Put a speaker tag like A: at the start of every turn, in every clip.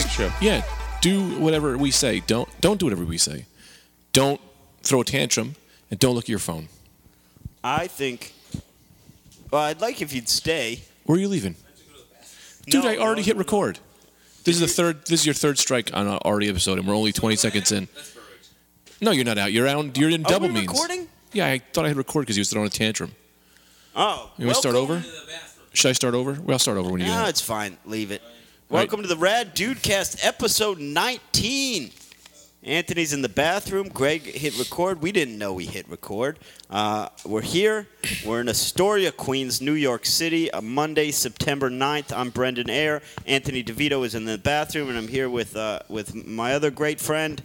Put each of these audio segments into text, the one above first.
A: show.
B: Yeah, do whatever we say. Don't don't do whatever we say. Don't throw a tantrum and don't look at your phone.
A: I think. Well, I'd like if you'd stay.
B: Where are you leaving? Dude,
A: No,
B: I already
A: no.
B: hit record. This is the third. This is your third strike on our already episode, and we're only 20 seconds in. No, you're not out. You're out. You're in
A: Are
B: double
A: we
B: means.
A: recording?
B: Yeah, I thought I had record because he was throwing a tantrum.
A: Oh,
B: You want to start
A: welcome-
B: over? Should I start over? Well, I'll start over when you do
A: No,
B: that.
A: it's fine. Leave it.
B: Right.
A: Welcome to the Rad Dudecast, episode 19. Anthony's in the bathroom. Greg hit record. We didn't know we hit record. Uh, we're here. We're in Astoria, Queens, New York City, a Monday, September 9th. I'm Brendan Ayer. Anthony DeVito is in the bathroom, and I'm here with uh, with my other great friend.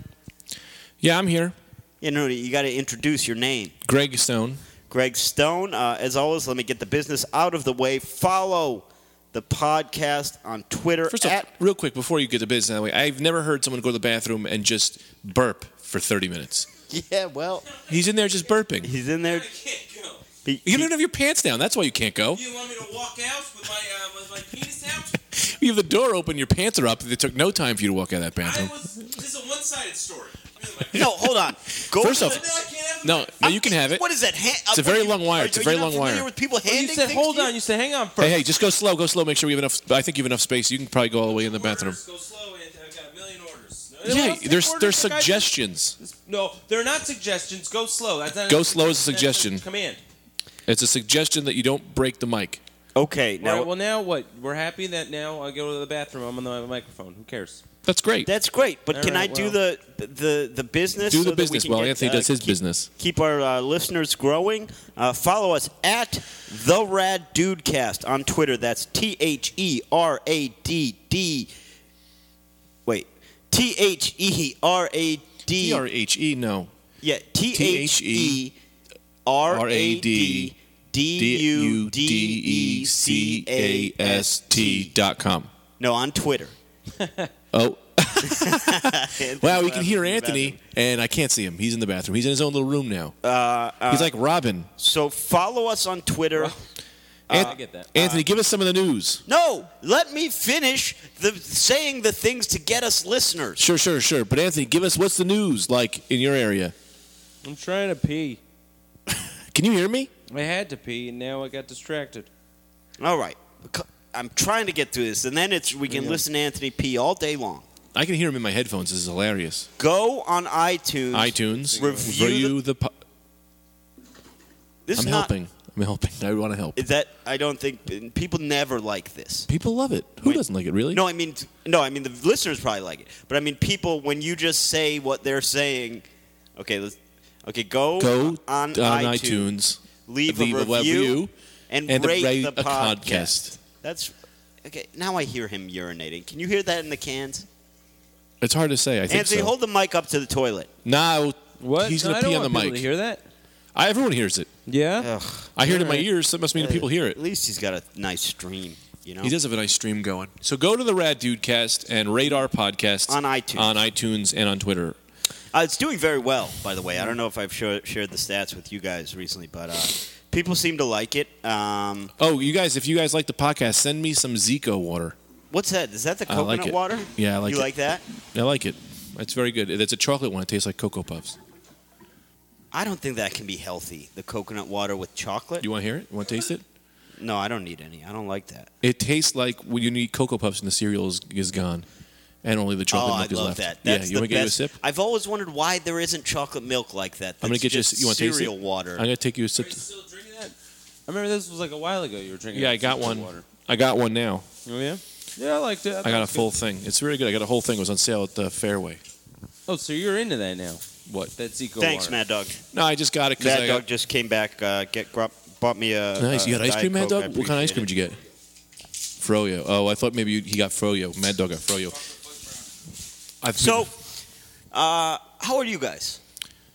B: Yeah, I'm here.
A: You know, you got to introduce your name.
B: Greg Stone.
A: Greg Stone. Uh, as always, let me get the business out of the way. Follow the podcast on Twitter
B: First
A: at
B: off, real quick before you get the business out of the way, I've never heard someone go to the bathroom and just burp for 30 minutes.
A: Yeah, well,
B: He's in there just burping.
A: he's in
C: I
A: there.
C: can't go.
A: He,
B: You
A: he-
B: don't have your pants down. That's why you can't go.
C: You want me to walk out with my uh, with my penis out?
B: You have the door open, your pants are up. It took no time for you to walk out of that
C: I
B: bathroom.
C: was. This is a one-sided story.
A: no, hold on. Go
B: First
A: to
B: off,
A: the-
C: I can't have
B: No, no, you can have it.
A: What is that? Hand,
B: It's a very long wire.
A: Are,
B: It's a
A: are
B: very
A: you not
B: long
A: familiar
B: wire.
A: With people handing
D: you said,
A: things
D: hold
A: to
D: on. You said, hang on first.
B: Hey, hey, just go slow, go slow. Make sure we have enough. I think you have enough space. You can probably go all the way in the bathroom.
C: Orders, go slow, Anthony. I've got a million orders. No,
B: Yeah,
D: else take
B: there's
D: orders
B: there's
D: like I do?
B: suggestions.
D: No, they're not suggestions. Go slow. That's not
B: Go slow is a
D: that's
B: suggestion.
D: command.
B: It's a suggestion that you don't break the mic.
A: you? Okay,
D: All
A: now
D: right, well, now what? We're happy that now I go to the bathroom. I'm on the microphone. Who cares?
B: That's great.
A: that's great. But
D: All
A: can
D: right,
A: I do
D: well.
A: the the the business?
B: Do
A: so
B: the
A: that we
B: business
A: can
B: while
A: get,
B: Anthony
A: uh,
B: does his
A: keep-
B: business.
A: Keep our uh, listeners growing. Uh, follow us at the Rad Dudecast on Twitter. That's T H E R A D D. Wait, T H E R A
B: E
A: D
B: R H E. No.
A: Yeah, T H E R A D D U D E C A S T.
B: dot com.
A: No, on Twitter.
B: Oh, wow! We can hear Anthony, and I can't see him. He's in the bathroom. He's in his own little room now.
A: Uh,
B: He's like Robin.
A: So follow us on Twitter. uh,
B: An-
D: I get that.
B: Anthony, give us some of the news.
A: No, let me finish the saying the things to get us listeners.
B: Sure, sure, sure. But Anthony, give us what's the news like in your area.
D: I'm trying to pee.
B: Can you hear me?
D: I had to pee, and now I got distracted.
A: All right. C- I'm trying to get through this, and then it's we can listen to Anthony P all day long.
B: I can hear him in my headphones. This is hilarious.
A: Go on iTunes.
B: iTunes.
A: Review
B: the. po-
A: This
B: I'm
A: is not,
B: helping. I'm helping. I want to help.
A: is That I don't think people never like this.
B: People love it. Who
A: Wait.
B: doesn't like it? Really?
A: No, I mean, no, I mean the listeners probably like it, but I mean people when you just say what they're saying. Okay, let's. Okay, go,
B: Go
A: on, iTunes, leave,
B: leave
A: a
B: a
A: review,
B: review,
A: and,
B: and
A: rate
B: rate
A: the
B: a podcast.
A: That's okay. Now I hear him urinating. Can you hear that in the cans?
B: It's hard to say. I think
A: Anthony,
B: so.
A: hold the mic up to the toilet.
B: no,
D: What?
B: he's
D: No,
B: gonna
D: I don't
B: pee on
D: want
B: the
D: people
B: mic.
D: To hear that?
B: I, everyone hears it.
D: Yeah.
B: I hear it in my ears. So it must mean people hear it.
A: At least he's got a nice stream. You know,
B: He does have a nice stream going. So go to the Rad Dudecast and Radar Podcast
A: On iTunes.
B: on iTunes and on Twitter.
A: Uh, it's doing very well, by the way. I don't know if I've sho- shared the stats with you guys recently, but uh, people seem to like it. Um,
B: Oh, you guys, if you guys like the podcast, send me some Zico water.
A: what's that? Is that the
B: I like
A: coconut
B: it.
A: water?
B: Yeah, I like
A: you
B: it.
A: like that?
B: I like it. It's very good. It's a chocolate one. It tastes like Cocoa Puffs.
A: I don't think that can be healthy. The coconut water with chocolate?
B: You want to hear it? You want to taste it?
A: no, I don't need any. I don't like that.
B: It tastes like when you need Cocoa Puffs and the cereal is, is gone, and only the chocolate
A: oh, I
B: milk is
A: love
B: left.
A: that.
B: yeah,
A: That's
B: you
A: the
B: want to get you a
A: best.
B: sip?
A: I've always wondered why there isn't chocolate milk like that.
B: I'm gonna
A: that's
B: get you. A,
A: just
B: s- you want to taste it?
A: cereal water.
B: I'm gonna take you a sip.
C: Are you still drinking that?
D: I remember this was like a while ago. You were drinking.
B: Yeah,
D: that
B: I got
D: soda
B: one.
D: Water.
B: I got one now.
D: Oh yeah. Yeah, I liked it. thought
B: I
D: it
B: got a
D: was
B: full thing. It's really good. I got a whole thing. It was on sale at the Fairway.
D: Good. Oh, so you're into that now?
B: What?
D: That Zico
A: Thanks,
D: water.
A: Mad Dog.
B: No, I just got it because
A: Mad
B: I
A: Dog
B: got,
A: just came back. Uh, get grub, bought me a.
B: Nice. You
A: a
B: got ice
A: Uh, Diet
B: cream, Mad
A: Coke. I
B: Dog? What kind of ice
A: appreciate
B: cream
A: it.
B: did you get? Froyo. Oh, I thought maybe you, he got Froyo. Mad Dog got Froyo. I've
A: So, uh, how are you guys?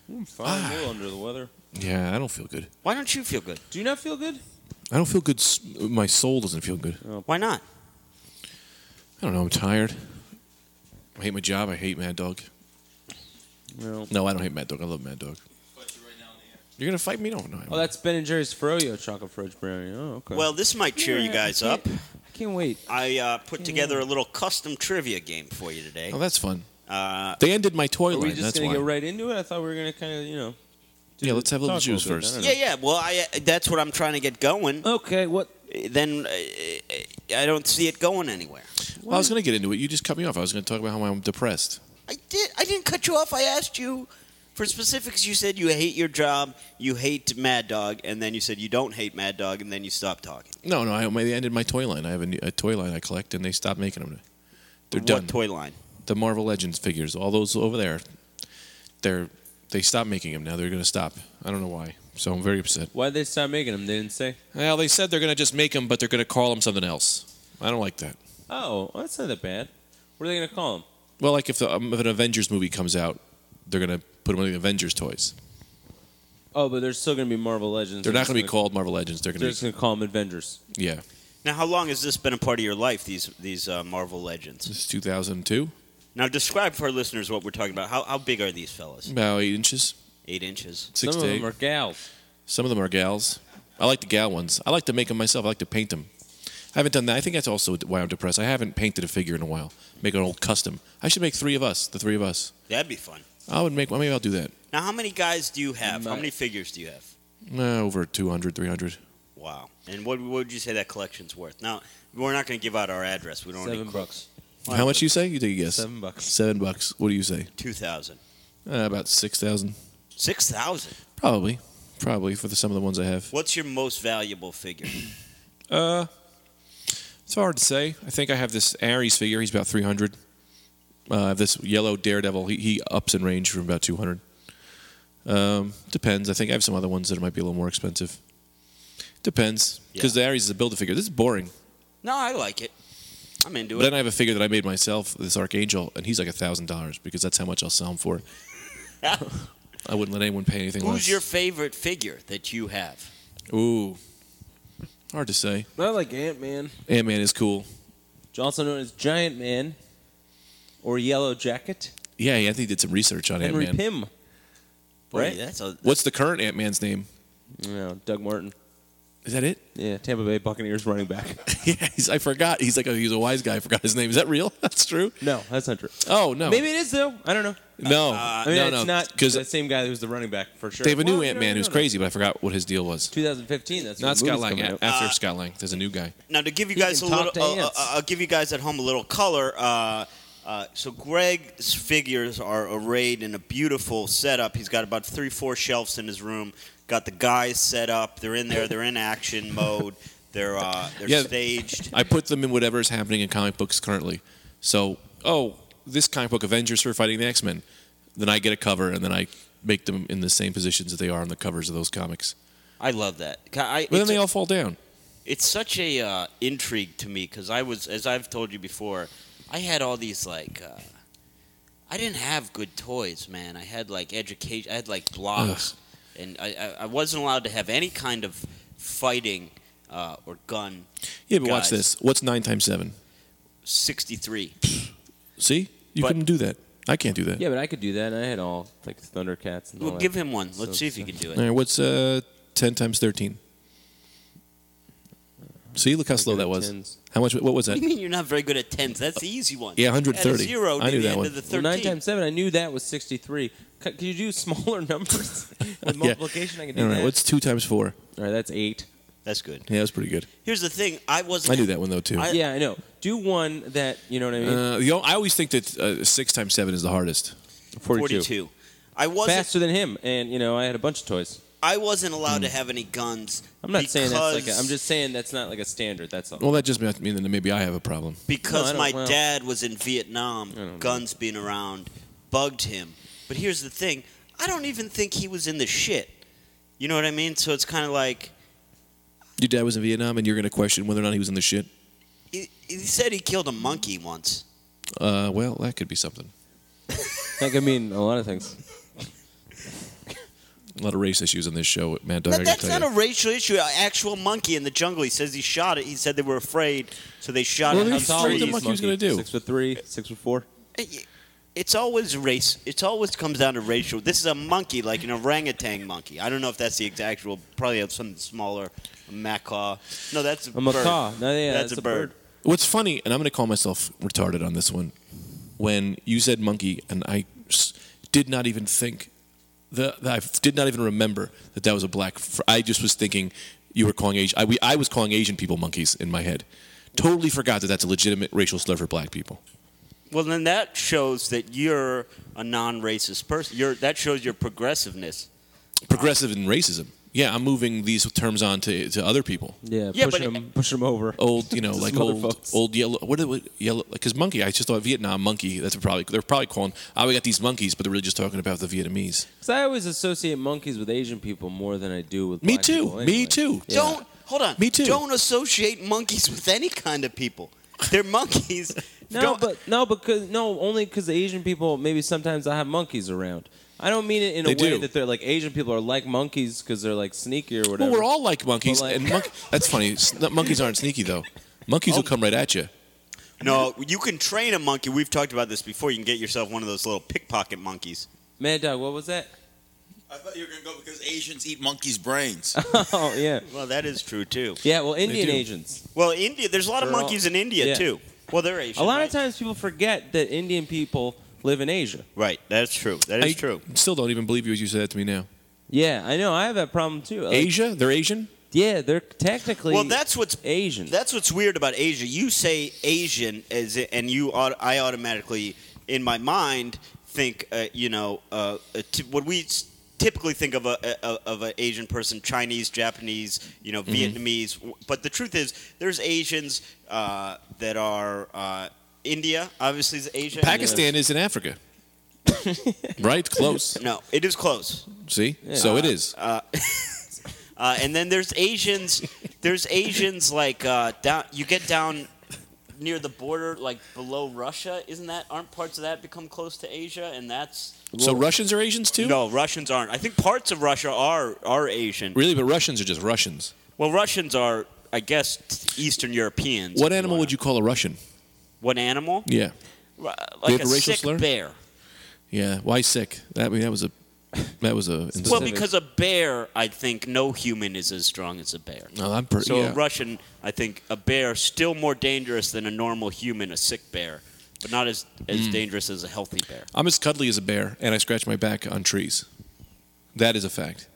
D: I'm fine.
B: Ah.
D: A little under the weather.
B: yeah, I don't feel good.
A: Why don't you feel good?
D: Do you not feel good?
B: I don't feel good. s- My soul doesn't feel good.
A: Why not?
B: I don't know. I'm tired. I hate my job. I hate Mad Dog.
D: No.
B: No, I don't hate Mad Dog. I love Mad Dog.
C: But you're right now in the air.
B: You're gonna fight me? No, no. I'm-
D: Oh, that's Ben and Jerry's Froyo chocolate fudge brownie. Oh, okay.
A: Well, this might cheer you guys up.
D: Can't wait.
A: I uh, put together a little custom trivia game for you today.
B: Oh, that's fun.
A: Uh,
B: They ended my toy
D: Are we
B: line.
D: just
B: That's
D: gonna
B: why.
D: get right into it? I thought we were gonna kind of, you know. do-
B: Yeah, let's have a little
D: talk
B: juice
D: bit. I
B: first.
D: don't know.
A: yeah, yeah. Well, I uh, that's what I'm trying to get going.
D: Okay. What?
A: Then uh, I don't see it going anywhere.
B: Well, I was going to get into it. You just cut me off. I was going to talk about how I'm depressed.
A: I did. I didn't cut you off. I asked you for specifics. You said you hate your job, you hate Mad Dog, and then you said you don't hate Mad Dog, and then you stopped talking.
B: No, no, I, my- they ended my toy line. I have a, new, a toy line I collect, and they stopped making them. They're
A: what
B: done.
A: toy line?
B: the Marvel Legends figures, all those over there, they're they stopped making them now. They're going to stop. I don't know why. So I'm very upset.
D: Why did they stop making them? They didn't say.
B: Well, they said they're going to just make them, but they're going to call them something else. I don't like that.
D: Oh, well, that's not that bad. What are they gonna call them?
B: Well, like if, the, um, if an Avengers movie comes out, they're going to put them on the Avengers toys.
D: Oh, but they're still gonna be Marvel Legends.
B: They're not
D: just
B: going to be called Marvel Legends. They're
D: They're
B: going
D: just
B: to
D: gonna call them Avengers.
B: be yeah.
A: Now, how long has this been a part of your life? These these uh, Marvel legends.
B: This is 2002.
A: Now, describe for our listeners what we're talking about. How how big are these fellas?
B: About eight inches,
A: Eight inches.
D: Some
B: six to
D: of
B: eight.
D: them are gals.
B: Some of them are gals. I like the gal ones. I like to make them myself. I like to paint them. I haven't done that. I think that's also why I'm depressed. I haven't painted a figure in a while. Make an old custom. I should make three of us. The three of us.
A: That'd be fun.
B: I would make. Well, maybe I'll do that.
A: Now, how many guys do you have? How
D: Nice.
A: many figures do you have?
B: Uh, over 200, 300.
A: Wow. And what, what would you say that collection's worth? Now, we're not going to give out our address. We don't
D: Seven
A: need
D: bucks.
B: How much you say? You take a guess.
D: Seven bucks.
B: Seven bucks. What do you say?
A: 2,000.
B: Uh, about six thousand,
A: 6,000?
B: probably. Probably for the, some of the ones I have.
A: What's your most valuable figure?
B: Uh, it's hard to say. I think I have this Ares figure. He's about 300. Uh, I have this yellow Daredevil. He, he ups in range from about 200. Um, depends. I think I have some other ones that might be a little more expensive. Depends. Because the Ares is a build a figure. This is boring.
A: no, I like it. I'm into
B: But
A: it.
B: then I have a figure that I made myself, this Archangel, and he's like $1,000 because that's how much I'll sell him for. I wouldn't let anyone pay anything
A: Who's
B: less.
A: your favorite figure that you have?
B: Ooh. Hard to say.
D: I like Ant Man,
B: Ant Man is cool.
D: also known as Giant Man, or Yellow Jacket,
B: Yeah, yeah, I think he did some research on Ant
D: Henry
B: Man.
D: Pym.
A: Boy,
D: Right?
A: That's a,
B: What's the current Ant Man's name?
D: No, Doug Martin.
B: Is that it?
D: Yeah, Tampa Bay Buccaneers running back.
B: Yeah, he's, I forgot. He's like a, he's a wise guy. I forgot his name. Is that real? That's true.
D: No, that's not true.
B: Oh no,
D: Maybe it is though. I don't know.
B: no,
D: I mean,
B: no,
D: it's
B: no.
D: not
B: because
D: the same guy who's the running back for sure.
B: they have a new
D: Well, you
B: Ant
D: know,
B: Man
D: you
B: who's
D: know.
B: crazy, but I forgot what his deal was.
D: 2015. That's when
B: Not
D: the movie's
B: Scott Lang.
D: coming
B: a-
D: out.
B: After
A: Uh,
B: Scott Lang, there's a new guy.
A: now, to give you
D: He
A: guys a
D: can
A: little,
D: talk to
A: uh, uh,
D: ants.
A: uh, I'll give you guys at home a little color. Uh, uh, so Greg's figures are arrayed in a beautiful setup. He's got about three, four shelves in his room. Got the guys set up. They're in there. They're in action mode. They're uh, they're
B: Yeah.
A: staged.
B: I put them in whatever is happening in comic books currently. So, oh, this comic book Avengers are fighting the X Men. Then I get a cover, and then I make them in the same positions that they are on the covers of those comics.
A: I love that. Ca- I,
B: But
A: it's,
B: then they all fall down.
A: it's such a uh, intrigue to me because I was, as I've told you before, I had all these like. Uh, I didn't have good toys, man. I had like education. I had like blocks, and I, I, I wasn't allowed to have any kind of fighting uh, or gun.
B: Yeah, but watch
A: Guys.
B: this. What's nine times seven?
A: Sixty-three.
B: See, you
A: But-
B: couldn't do that. I can't do that.
D: Yeah, but I could do that. And I had all like Thundercats and all
B: Oh,
A: Well,
D: that.
A: give him one. Let's
D: So-
A: see if he can do
B: All
A: it.
B: right, what's uh, 10 times 13? See, look how slow that was.
D: Tens.
B: How much? What was
A: What
B: that?
A: do you mean you're not very good at tens? That's the easy one.
B: Yeah, 130.
A: Add a zero
B: I
A: to
B: knew
A: the
B: that
A: end
B: one.
A: of the
D: Well,
A: thirteen.
D: nine times seven. I knew that was 63. C- Could you do smaller numbers with multiplication? I can do
B: All right,
D: that.
B: what's 2 times 4?
D: all right, that's eight.
A: That's good.
B: Yeah, that was pretty good.
A: Here's the thing. I wasn't.
B: I knew that one, though, too.
A: I-
D: yeah, I know. Do one that you know what I mean.
B: Uh, you know, I always think that uh, 6 times 7 is the hardest.
D: 42.
A: Forty-two. I wasn't.
D: Faster than him, and you know I had a bunch of toys.
A: I wasn't allowed to have any guns.
D: Mm. I'm not saying that's like. A,
A: because-
D: I'm just saying that's not like a standard. That's all.
B: Well, that just might mean that maybe I have a problem.
A: because
D: No, I don't-
A: my
D: well-
A: dad was in
D: don't know.
A: Vietnam, guns being around bugged him. But here's the thing, I don't even think he was in the shit. You know what I mean? So it's kind of like
B: Your dad was in Vietnam, and you're going to question whether or not he was in the shit?
A: he, he said he killed a monkey once.
B: Uh, well, that could be something.
D: Like I mean, a lot of things.
B: A lot of race issues on this show, Matt Dog.
A: That-
B: I gotta
A: that's
B: tell
A: not
B: you.
A: a racial issue. An actual monkey in the jungle. He says he shot it. He said they were afraid, so they shot
B: Well, they
A: it. out
D: How
A: of
B: shot
D: tall
B: What
D: was
B: the
D: this
A: trees.
B: fuck he was
D: monkey?
B: gonna do?
D: Six foot three, six foot four.
A: It's always race. It's always comes down to racial. This is a monkey, like an orangutan monkey. I don't know if that's the exact actual. Probably have something smaller, a macaw. No, that's a,
D: A
A: bird.
D: macaw. No, yeah,
A: that's, a, bird.
B: What's funny, and I'm going to call myself retarded on this one, when you said monkey, and I s- did not even think, the, the- I f- did not even remember that that was a black. Fr- I just was thinking you were calling Asian. I, we, I was calling Asian people monkeys in my head. Totally forgot that that's a legitimate racial slur for black people.
A: Well, then that shows that you're a non-racist person. You're, that shows your progressiveness.
B: Progressive and racism. Yeah, I'm moving these terms on to, to other people.
D: Yeah,
A: Yeah,
D: push
A: but-
D: him, push him over.
B: Old, you know,
D: Just
B: like
D: mother
B: old,
D: folks.
B: old yellow. What are the- yellow? Because monkey, I just thought Vietnam monkey. That's probably they're probably calling. Oh, we got these monkeys, but they're really just talking about the Vietnamese.
D: Because I always associate monkeys with Asian people more than I do with
B: Me
D: black
B: too.
D: people
B: Me
D: anyway.
B: too.
D: Yeah.
A: Don't hold on.
B: Me too.
A: Don't associate monkeys with any kind of people. They're monkeys.
D: No,
A: Don't-
D: but no, because no, only because Asian people maybe sometimes I have monkeys around. I don't mean it in a
B: They
D: way
B: do.
D: that they're like Asian people are like monkeys because they're like sneaky or
B: Well,
D: whatever.
B: we're all like monkeys,
D: But, like-
B: and monk- that's funny. S- not- Monkeys aren't sneaky though. Monkeys
A: Oh,
B: will come right at you.
A: no, you can train a monkey. We've talked about this before. You can get yourself one of those little pickpocket monkeys.
D: Mad Dog, what was that?
E: I thought you were gonna go because Asians eat monkeys' brains.
D: oh yeah,
A: Well, that is true too.
D: yeah. Well, Indian
B: do.
D: Asians.
A: Well, India. There's a lot of
D: They're all-
A: monkeys in India
D: yeah.
A: too. Well, they're Asian.
D: A lot
A: right?
D: of times people forget that Indian people live in Asia.
A: Right. That's true. That is
B: I
A: true.
B: Still don't even believe you as you said that to me now.
D: Yeah, I know. I have that problem too. Like,
B: Asia, they're Asian.
D: Yeah, they're technically
A: Well, that's what's
D: Asian.
A: That's what's weird about Asia. You say Asian as, i- and you, aut- I automatically, in my mind, think uh, you know uh, uh, t- what we s- typically think of a, a a- of an Asian person: Chinese, Japanese, you know,
D: Mm-hmm.
A: Vietnamese. W- But the truth is, there's Asians uh, that are uh, India, obviously, is Asia.
B: Pakistan is in Africa, right? Close.
A: No, it is close.
B: See, so it is.
A: Uh, and then there's Asians. There's Asians like uh, down. You get down near the border, like below Russia. Isn't that? Aren't parts of that become close to Asia? And that's
B: So Russians are Asians too.
A: no, Russians aren't. I think parts of Russia are are Asian.
B: Really, but Russians are just Russians.
A: Well, Russians are, I guess, t- Eastern Europeans.
B: What animal would you call a Russian?
A: What animal?
B: Yeah,
A: Ru- Like
B: have
A: a
B: a racial
A: sick
B: slur?
A: bear.
B: yeah. Why sick? That I mean, that was a that was a.
A: Well,
D: Specific.
A: because a bear, I think no human is as strong as a bear.
B: no, I'm per-
A: So
B: yeah.
A: a Russian, I think a bear still more dangerous than a normal human, a sick bear, but not as as dangerous as a healthy bear.
B: I'm as cuddly as a bear, and I scratch my back on trees. That is a fact.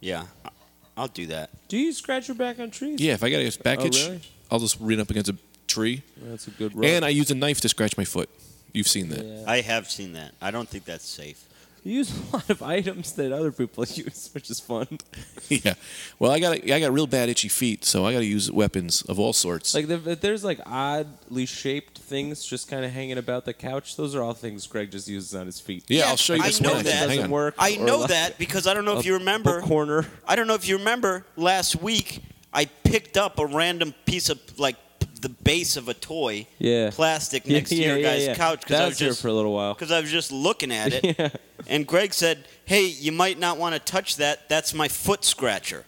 A: Yeah, I- I'll do that.
D: Do you scratch your back on trees?
B: Yeah, if I got a back
D: Oh,
B: itch,
D: really?
B: I'll just lean up against a tree.
D: that's a good.
B: And I use a knife to scratch my foot. You've seen that.
D: Yeah.
A: I have seen that. I don't think that's safe.
D: You use a lot of items that other people use, which is fun.
B: Yeah. Well, I got I got real bad itchy feet, so I got to use weapons of all sorts.
D: Like if if there's like oddly shaped things just kind of hanging about the couch, those are all things Greg just uses on his feet.
B: yeah,
A: Yeah,
B: I'll show you
A: I
B: this
A: know
B: one.
A: that.
B: Actually. Hang
D: doesn't
B: on.
D: work.
A: I
D: or
A: know
D: like
A: that because I don't know
D: a
A: if you remember.
D: book corner.
A: I don't know if you remember last week. I picked up a random piece of like p- the base of a toy,
D: Yeah.
A: plastic
D: Yeah,
A: next to your
D: yeah,
A: guy's
D: yeah.
A: couch because
D: That
A: I
D: was
A: was
D: here
A: just
D: for a little while.
A: because I was just looking at it.
D: Yeah.
A: And Greg said, "Hey, you might not want to touch that. That's my foot scratcher.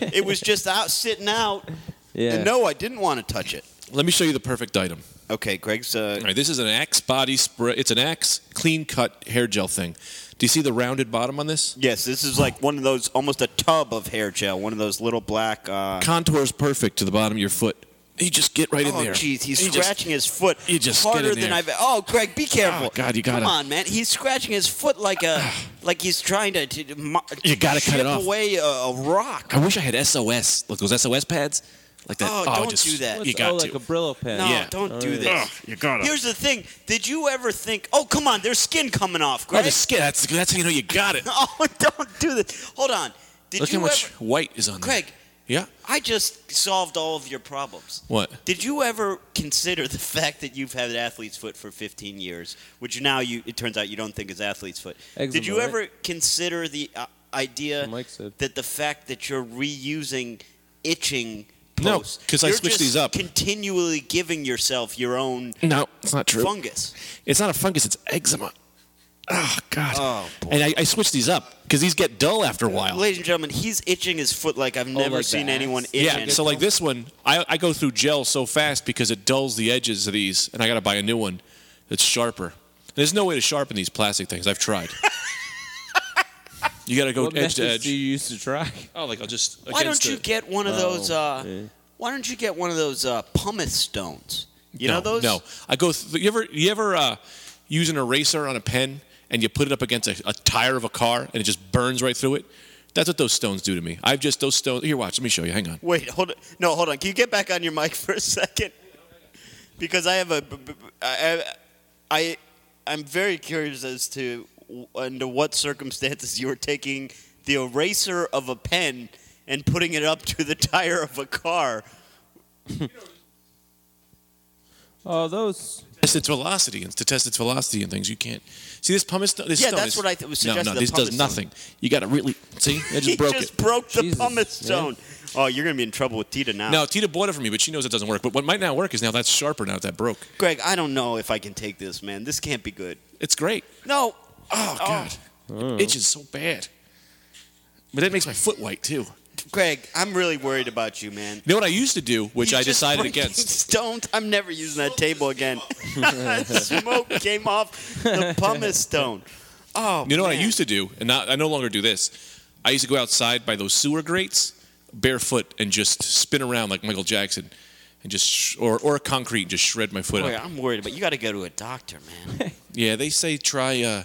A: it was just out sitting out.
D: Yeah.
A: And no, I didn't want to touch it.
B: Let me show you the perfect item.
A: Okay, Greg's. Uh,
B: All right, this is an Axe body spray. It's an Axe clean cut hair gel thing. Do you see the rounded bottom on this?
A: yes, this is like one of those, almost a tub of hair gel. One of those little black. Uh,
B: Contours perfect to the bottom of your foot. You just get right in
A: oh,
B: there.
A: jeez, he's
B: You just-
A: scratching his foot
B: you just get
A: harder
B: in
A: than
B: there.
A: I've. Oh, Greg, be careful.
B: Oh, God, you gotta-
A: Come on, man. He's scratching his foot like a, like he's trying to. to, to mo-
B: You gotta cut it
A: chip
B: off.
A: away a, a rock.
B: I wish I had SOS, like those SOS pads, like that.
A: Oh, don't do
B: You
A: that.
D: What's-
B: got
D: oh, like
B: to.
D: a Brillo pen.
A: No,
B: Yeah. Oh.
A: don't do
D: Oh, yeah.
A: this. Here's the thing. Did you ever think, oh, come on, there's skin coming off,
B: oh,
A: Greg?
B: the skin. That's that's how you know you got it.
A: Oh, don't do this. Hold on. Did
B: Look
A: you
B: how much
A: ever,
B: white is on
A: Craig,
B: there. Yeah.
A: I just solved all of your problems.
B: What?
A: Did you ever consider the fact that you've had athlete's foot for 15 years, which now you it turns out you don't think is athlete's foot?
D: Eczema,
A: Did you
D: right?
A: ever consider the uh, idea
D: Mike said.
A: that the fact that you're reusing itching
B: No,
A: posts,
B: 'cause I
A: you're
B: switched
A: just
B: these up.
A: Continually giving yourself your own
B: No, it's not true.
A: fungus.
B: It's not a fungus. It's eczema. Oh God.
A: Oh, boy.
B: And I, I switched these up because these get dull after a while.
A: Ladies and gentlemen, he's itching his foot like I've never
D: Oh, like the
A: seen
D: axe?
A: anyone itch.
B: Yeah. So like this one, I, I go through gel so fast because it dulls the edges of these, and I got to buy a new one that's sharper. There's no way to sharpen these plastic things. I've tried. you got to go
D: What methods
B: edge to
D: do
B: edge.
D: you use to try?
B: Oh, like I'll just.
A: Why don't
B: against
A: you
B: the-
A: get one of those? Uh,
D: Oh, yeah.
A: why don't you get one of those uh, pumice stones? You
B: no,
A: know those?
B: No, I go. Th- you ever you ever uh, use an eraser on a pen and you put it up against a, a tire of a car and it just burns right through it? That's what those stones do to me. I've just those stones. Here, watch. Let me show you. Hang on.
A: Wait, hold on. No, hold on. Can you get back on your mic for a second? Because I have a, b- b- b- I, I, I'm very curious as to w- under what circumstances you were taking the eraser of a pen and putting it up to the tire of a car.
D: Oh, those.
B: Test its velocity and to test its velocity and things. You can't see this pumice. sto- This
A: Yeah,
B: stone
A: that's
B: is-
A: what I th- was
B: No,
A: suggesting,
B: no,
A: the
B: this
A: pumice
B: does
A: stone.
B: nothing. You got to really see. I
A: he
B: just broke
A: just
B: it.
A: broke the
D: Jesus,
A: pumice
D: yeah.
A: stone. Oh, you're gonna be in trouble with Tita now.
B: No, Tita bought it for me, but she knows it doesn't work. But what might not work is now that's sharper now that that broke.
A: Greg, I don't know if I can take this, man. This can't be good.
B: It's great.
A: No,
B: Oh, God. It itches so bad. But that makes my foot white, too. You
A: Greg, I'm really worried about you, man.
B: know what I used to do, which
A: You
B: I
A: just
B: decided
A: breaking
B: against?
A: Stones. I'm never using that table again. Smoke came off the pumice stone. Oh,
B: You know what I
A: man.
B: used to do, and not, I no longer do this. I used to go outside by those sewer grates, barefoot, and just spin around like Michael Jackson, and just sh- or or concrete, and just shred my
D: Oh,
B: foot.
A: Boy,
B: up.
A: I'm worried, but you got to go to a doctor, man.
B: Yeah, they say try. Uh,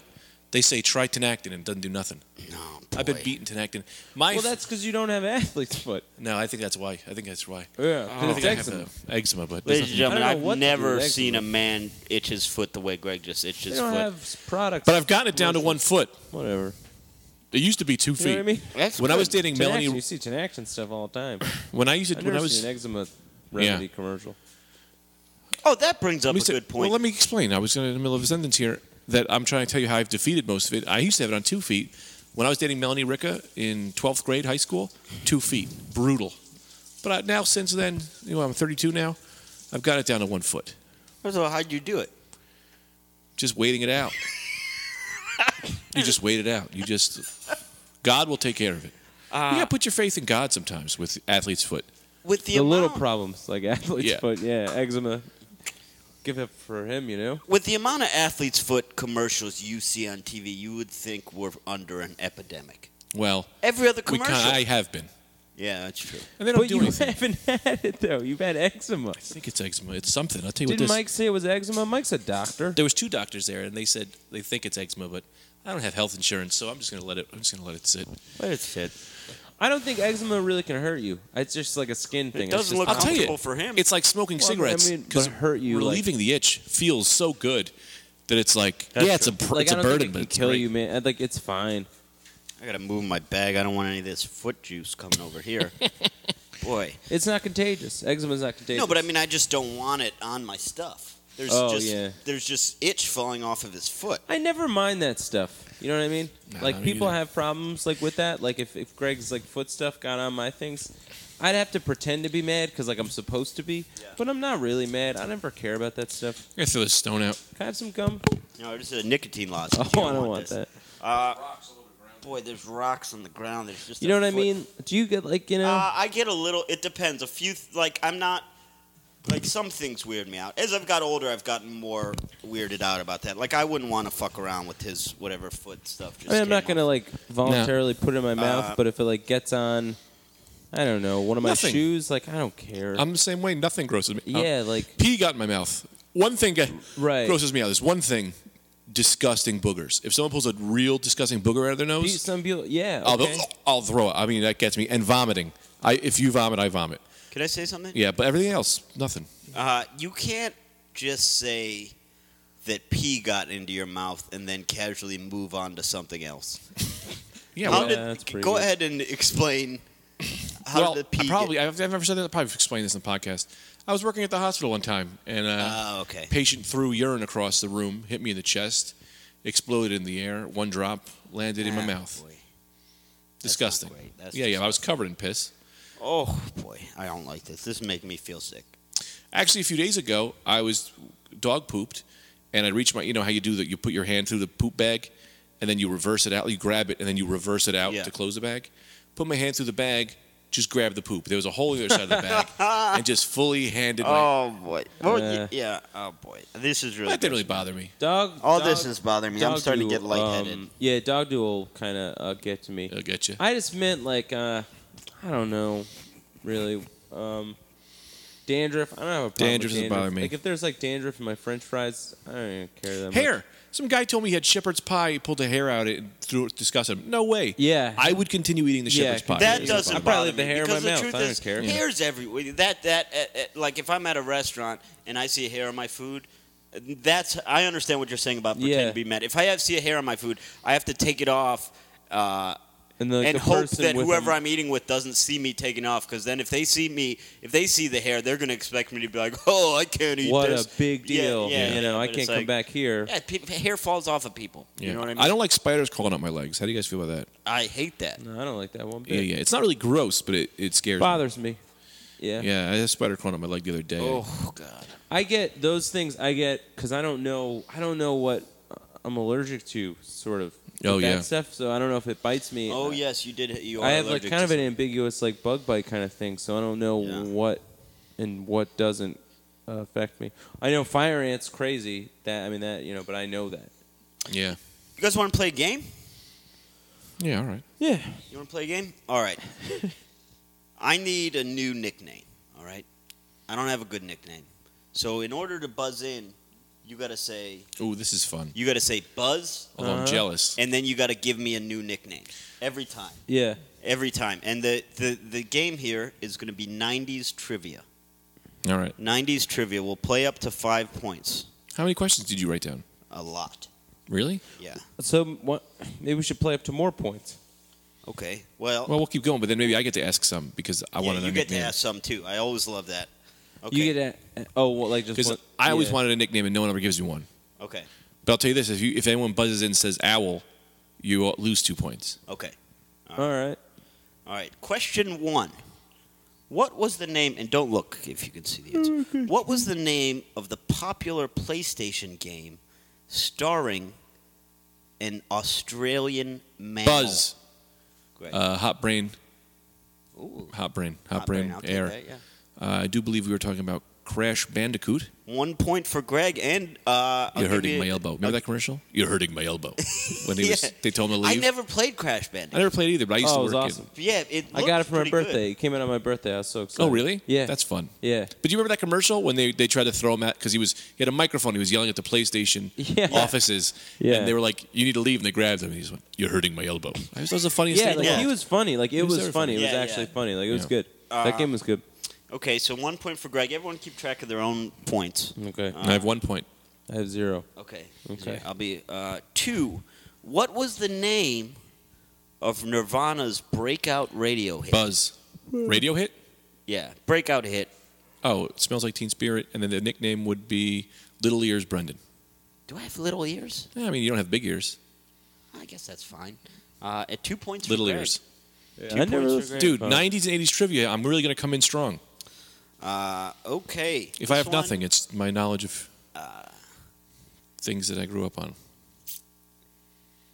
B: they say try tenactin, and it doesn't do nothing.
A: No,
B: I've been
A: boy.
B: beating tenactin. My
D: Well,
B: f-
D: that's because you don't have athlete's foot. Oh.
B: no, I think that's why. I think that's why.
D: Yeah,
B: I
D: it's
B: think I have
D: eczema.
B: uh, eczema, but there's
A: Ladies and
B: nothing-
A: gentlemen,
D: I don't
A: I've
D: know what to do
A: never
D: next
A: seen a
D: month.
A: man itch his foot the way Greg just itched
D: They
A: his
D: don't
A: foot.
D: have s- products.
B: but I've gotten it down to one foot.
D: whatever.
B: It used to be two
D: You
B: feet.
D: know what I mean?
A: That's
B: When I
A: good.
B: was dating
D: Melanie, you
B: Melanie,
D: see Tenaction stuff all the time.
B: when I used to,
D: I've
B: when
D: never
B: I was
D: seen an eczema remedy commercial.
A: oh, that brings up
B: Let
A: a
B: me say-
A: good point.
B: Well, let me explain. I was gonna, in the middle of a sentence here that I'm trying to tell you how I've defeated most of it. I used to have it on two feet. When I was dating Melanie Ricca in 12th grade high school, two feet. Brutal. But I, now, since then, you know, I'm 32 now, I've got it down to one foot.
A: First of all, how'd you do it?
B: Just waiting it out. you just wait it out. You just, God will take care of it.
A: Uh,
B: you got to put your faith in God sometimes with athlete's foot.
A: With the,
D: The little
A: amount-
D: problems like athlete's
B: Yeah.
D: foot. Yeah, eczema. Give up for him, you know.
A: with the amount of athlete's foot commercials you see on TV, you would think we're under an epidemic.
B: Well,
A: Every other
B: we
A: commercial.
B: kinda, I have been.
A: yeah, that's true.
B: And they don't
D: But
B: do
D: you
B: anything.
D: haven't had it though. You've had eczema.
B: I think it's eczema. It's something. I'll tell you what
D: Didn't
B: this
D: Mike say it was eczema? Mike's a doctor.
B: there was two doctors there, and they said they think it's eczema, but I don't have health insurance, so I'm just gonna let it. I'm just gonna let it sit.
A: But it's it.
D: I don't think eczema really can hurt you. It's just like a skin thing. It's
A: doesn't
D: just
A: look
B: I'll tell you,
A: Comfortable for him.
B: it's like smoking
D: Well, I
B: cigarettes
D: mean, but
B: because
D: hurt you, like-
B: relieving the itch feels so good that it's like yeah, it's a pr-
D: like,
B: it's
D: I don't
B: a burden,
D: think it
B: but
D: can
B: it's
D: kill
B: great.
D: you, man. Like it's fine.
A: I gotta move my bag. I don't want any of this foot juice coming over here. Boy.
D: It's not contagious. Eczema's not contagious.
A: No, but I mean, I just don't want it on my stuff. There's
D: Oh,
A: just
D: yeah.
A: there's just itch falling off of his foot.
D: I never mind that stuff. You know what I mean?
B: No, I
D: like
B: don't
D: people
B: either.
D: have problems like with that. Like if, if Greg's like foot stuff got on my things, I'd have to pretend to be mad because like I'm supposed to be, but I'm not really mad. I never care about that stuff.
B: I'm gonna throw this stone out.
D: Can I have some gum?
A: No, this is a nicotine lozenge.
D: Oh,
A: You
D: I don't want
A: this.
D: that.
A: Uh, boy, there's rocks on the ground. There's just
D: You
A: a
D: know what I
A: foot-
D: mean? Do you get like you know?
A: Uh, I get a little. It depends. A few. th- Like I'm not. Like some things weird me out. As I've got older, I've gotten more weirded out about that. Like I wouldn't want to fuck around with his whatever foot stuff. Just
D: I mean, I'm
A: came
D: not gonna
A: off.
D: like voluntarily put it in my mouth,
A: Uh,
D: but if it like gets on, I don't know, one of my
B: Nothing.
D: shoes, like I don't care.
B: I'm the same way. Nothing grosses me. out.
D: yeah, like
B: pee got in my mouth. One thing got,
D: Right.
B: grosses me out. There's one thing. Disgusting boogers. If someone pulls a real disgusting booger out of their
D: you-
B: nose, Oh,
D: some people, yeah.
B: I'll,
D: okay.
B: I'll throw it. I mean, that gets me. And vomiting. I, if you vomit, I vomit.
A: Can I say something?
B: Yeah, but everything else, nothing.
A: Uh, you can't just say that pee got into your mouth and then casually move on to something else.
B: Yeah,
A: How
D: well-
A: did-
D: Yeah, that's pretty
A: go
D: good.
A: ahead and explain how
B: well,
A: did the pee.
B: I probably I've, I've never said that. I probably explained this in the podcast. I was working at the hospital one time, and
A: Get,
B: uh,
A: oh, okay.
B: patient threw urine across the room, hit me in the chest, exploded in the air. One drop landed in my
A: Ah,
B: mouth.
A: boy. That's not
B: Disgusting.
A: great. That's
B: Yeah, yeah. I was covered in piss.
A: Oh boy, I don't like this. This is making me feel sick.
B: Actually, a few days ago, I was dog pooped, and I reached my. You know how you do that? You put your hand through the poop bag, and then you reverse it out. You grab it, and then you reverse it out
A: Yeah.
B: to close the bag. Put my hand through the bag. Just grabbed the poop. There was a hole on the other side of the bag, and just fully handed. my,
A: Oh boy. Well, y-
D: Uh,
A: yeah. Oh boy. This is really.
B: that didn't really
A: gross.
B: bother me.
D: Dog.
A: All
D: dog-
A: this is bothering me. I'm
D: dog
A: starting to
D: do,
A: get lightheaded.
D: um, yeah, dog duel kind of uh, get to me.
B: It'll get you.
D: I just meant like uh, I don't know, really. Um, Dandruff, I don't have a problem. with
B: Dandruff doesn't bother me.
D: Like if there's like dandruff in my French fries, I don't even care that much.
B: Hair. Some guy told me he had shepherd's pie. He pulled a hair out it and threw it. Disgusting. No way.
D: Yeah.
B: I would continue eating the
D: Yeah,
B: shepherd's pie.
A: That
D: Yeah,
A: doesn't
D: I probably
A: bother
D: leave the
A: me
D: hair in
A: because
D: my
A: the
D: mouth.
A: truth
D: I don't
A: is,
D: care. Yeah.
A: hair's everywhere. That that uh, uh, like if I'm at a restaurant and I see a hair on my food, uh, that's I understand what you're saying about pretend
D: Yeah.
A: to be mad. If I have see a hair on my food, I have to take it off. Uh,
D: and, then, like,
A: and
D: the
A: hope
D: person
A: that
D: with
A: whoever
D: them-
A: I'm eating with doesn't see me taking off, because then if they see me, if they see the hair, they're going to expect me to be like, "Oh, I can't eat
D: what
A: this."
D: a big
A: Yeah,
D: deal.
A: yeah,
D: you know,
A: yeah,
D: I
A: but
D: can't
A: it's
D: come
A: like-
D: back here.
A: Yeah, peop hair falls off of people.
B: Yeah.
A: You know what I mean?
B: don't like spiders crawling up my legs. How do you guys feel about that?
A: I hate that.
D: No, I don't like that one bit.
B: Yeah, yeah. It's not really gross, but it, it scares
D: bothers me. Yeah.
B: me. Yeah, I had a spider crawling up my leg the other day.
A: Oh God.
D: I get those things. I get because I don't know. I don't know what uh, I'm allergic to, sort of. with
B: Oh,
D: that
B: yeah.
D: stuff. So I don't know if it bites me.
A: Oh yes, you did. You are
D: I have like
A: allergic
D: kind
A: to
D: of an ambiguous like bug bite kind of thing. So I don't know
A: Yeah.
D: what and what doesn't uh, affect me. I know fire ants crazy. That I mean that you know, but I know that.
B: Yeah.
A: You guys want to play a game?
B: Yeah, all right.
D: Yeah.
A: You want to play a game? All right. I need a new nickname. All right. I don't have a good nickname, so in order to buzz in, you got to say
B: Oh, this is fun.
A: you got to say buzz,
B: Although I'm
D: Uh-huh.
B: jealous.
A: and then you got to give me a new nickname every time.
D: Yeah.
A: Every time. And the the, the game here is going to be 90s trivia.
B: All right.
A: 90s trivia. We'll play up to five points.
B: How many questions did you write down?
A: A lot.
B: Really?
A: Yeah.
D: So what, maybe we should play up to more points.
A: Okay. Well.
B: Well, we'll keep going, but then maybe I get to ask some because I
A: yeah,
B: wanted
A: you
B: a
A: get to
B: nickname.
A: ask some too. I always love that. Okay.
D: You get a, oh well, like just
B: Because
D: one-
B: I always
D: yeah.
B: wanted a nickname and no one ever gives me one.
A: okay.
B: But I'll tell you this: if you if anyone buzzes in and says owl, you uh, lose two points.
A: Okay.
D: All right.
A: All right. Question one. What was the name? And don't look if you can see the answer. What was the name of the popular PlayStation game starring an Australian mammal?
B: Buzz,
A: Great.
B: uh, hot brain,
A: Ooh,
B: hot brain, hot,
A: hot
B: brain,
A: I'll take
B: air.
A: that, yeah.
B: Uh, I do believe we were talking about Crash Bandicoot.
A: One point for Greg, and uh, I'll
B: You're
A: give
B: hurting
A: you-
B: my elbow. Remember that commercial? You're hurting my elbow. When he
A: Yeah.
B: was, they told him to
A: I
B: leave.
A: never played Crash
B: I
A: Bandicoot.
B: never played either, but I used
D: Oh,
B: to
D: it
B: work
D: was
B: in-
D: awesome.
A: Yeah, it
D: I got it
A: looked
D: for my
A: pretty good.
D: birthday. It came out on my birthday. I was so excited.
B: Oh, really?
D: Yeah.
B: That's fun.
D: yeah.
B: But do you remember that commercial when they, they tried to throw him out because he was he had a microphone he was yelling at the PlayStation
D: Yeah.
B: offices
D: Yeah.
B: and they were like you need to leave and they grabbed him and he just went you're hurting my elbow. I was, that was the funniest
D: Yeah,
B: thing.
D: like
A: Yeah.
D: he was funny. Like it
B: was
D: was,
B: very
D: funny.
B: funny.
D: It was
A: Yeah,
D: actually
A: yeah.
D: funny. Like it was
B: Yeah.
D: good.
A: Uh,
D: that game was good.
A: Okay, so one point for Greg. Everyone keep track of their own points. Uh,
D: Okay.
B: I have one point.
D: I have zero.
A: Okay.
D: Okay.
A: I'll be uh, two. What was the name of Nirvana's breakout radio hit?
B: Buzz, radio hit.
A: Yeah, breakout hit.
B: Oh, it smells like Teen Spirit, and then the nickname would be Little Ears Brendan.
A: Do I have little ears?
B: Yeah, I mean, you don't have big ears,
A: I guess that's fine. Uh, at two points.
B: little
A: for Greg.
B: ears.
D: I never
A: points for
D: listened-
A: Greg.
B: Dude, '90s and '80s trivia. I'm really gonna come in strong.
A: Uh, okay.
B: If I
A: this
B: have
A: one- uh,
B: nothing, it's my knowledge of things that I grew up on.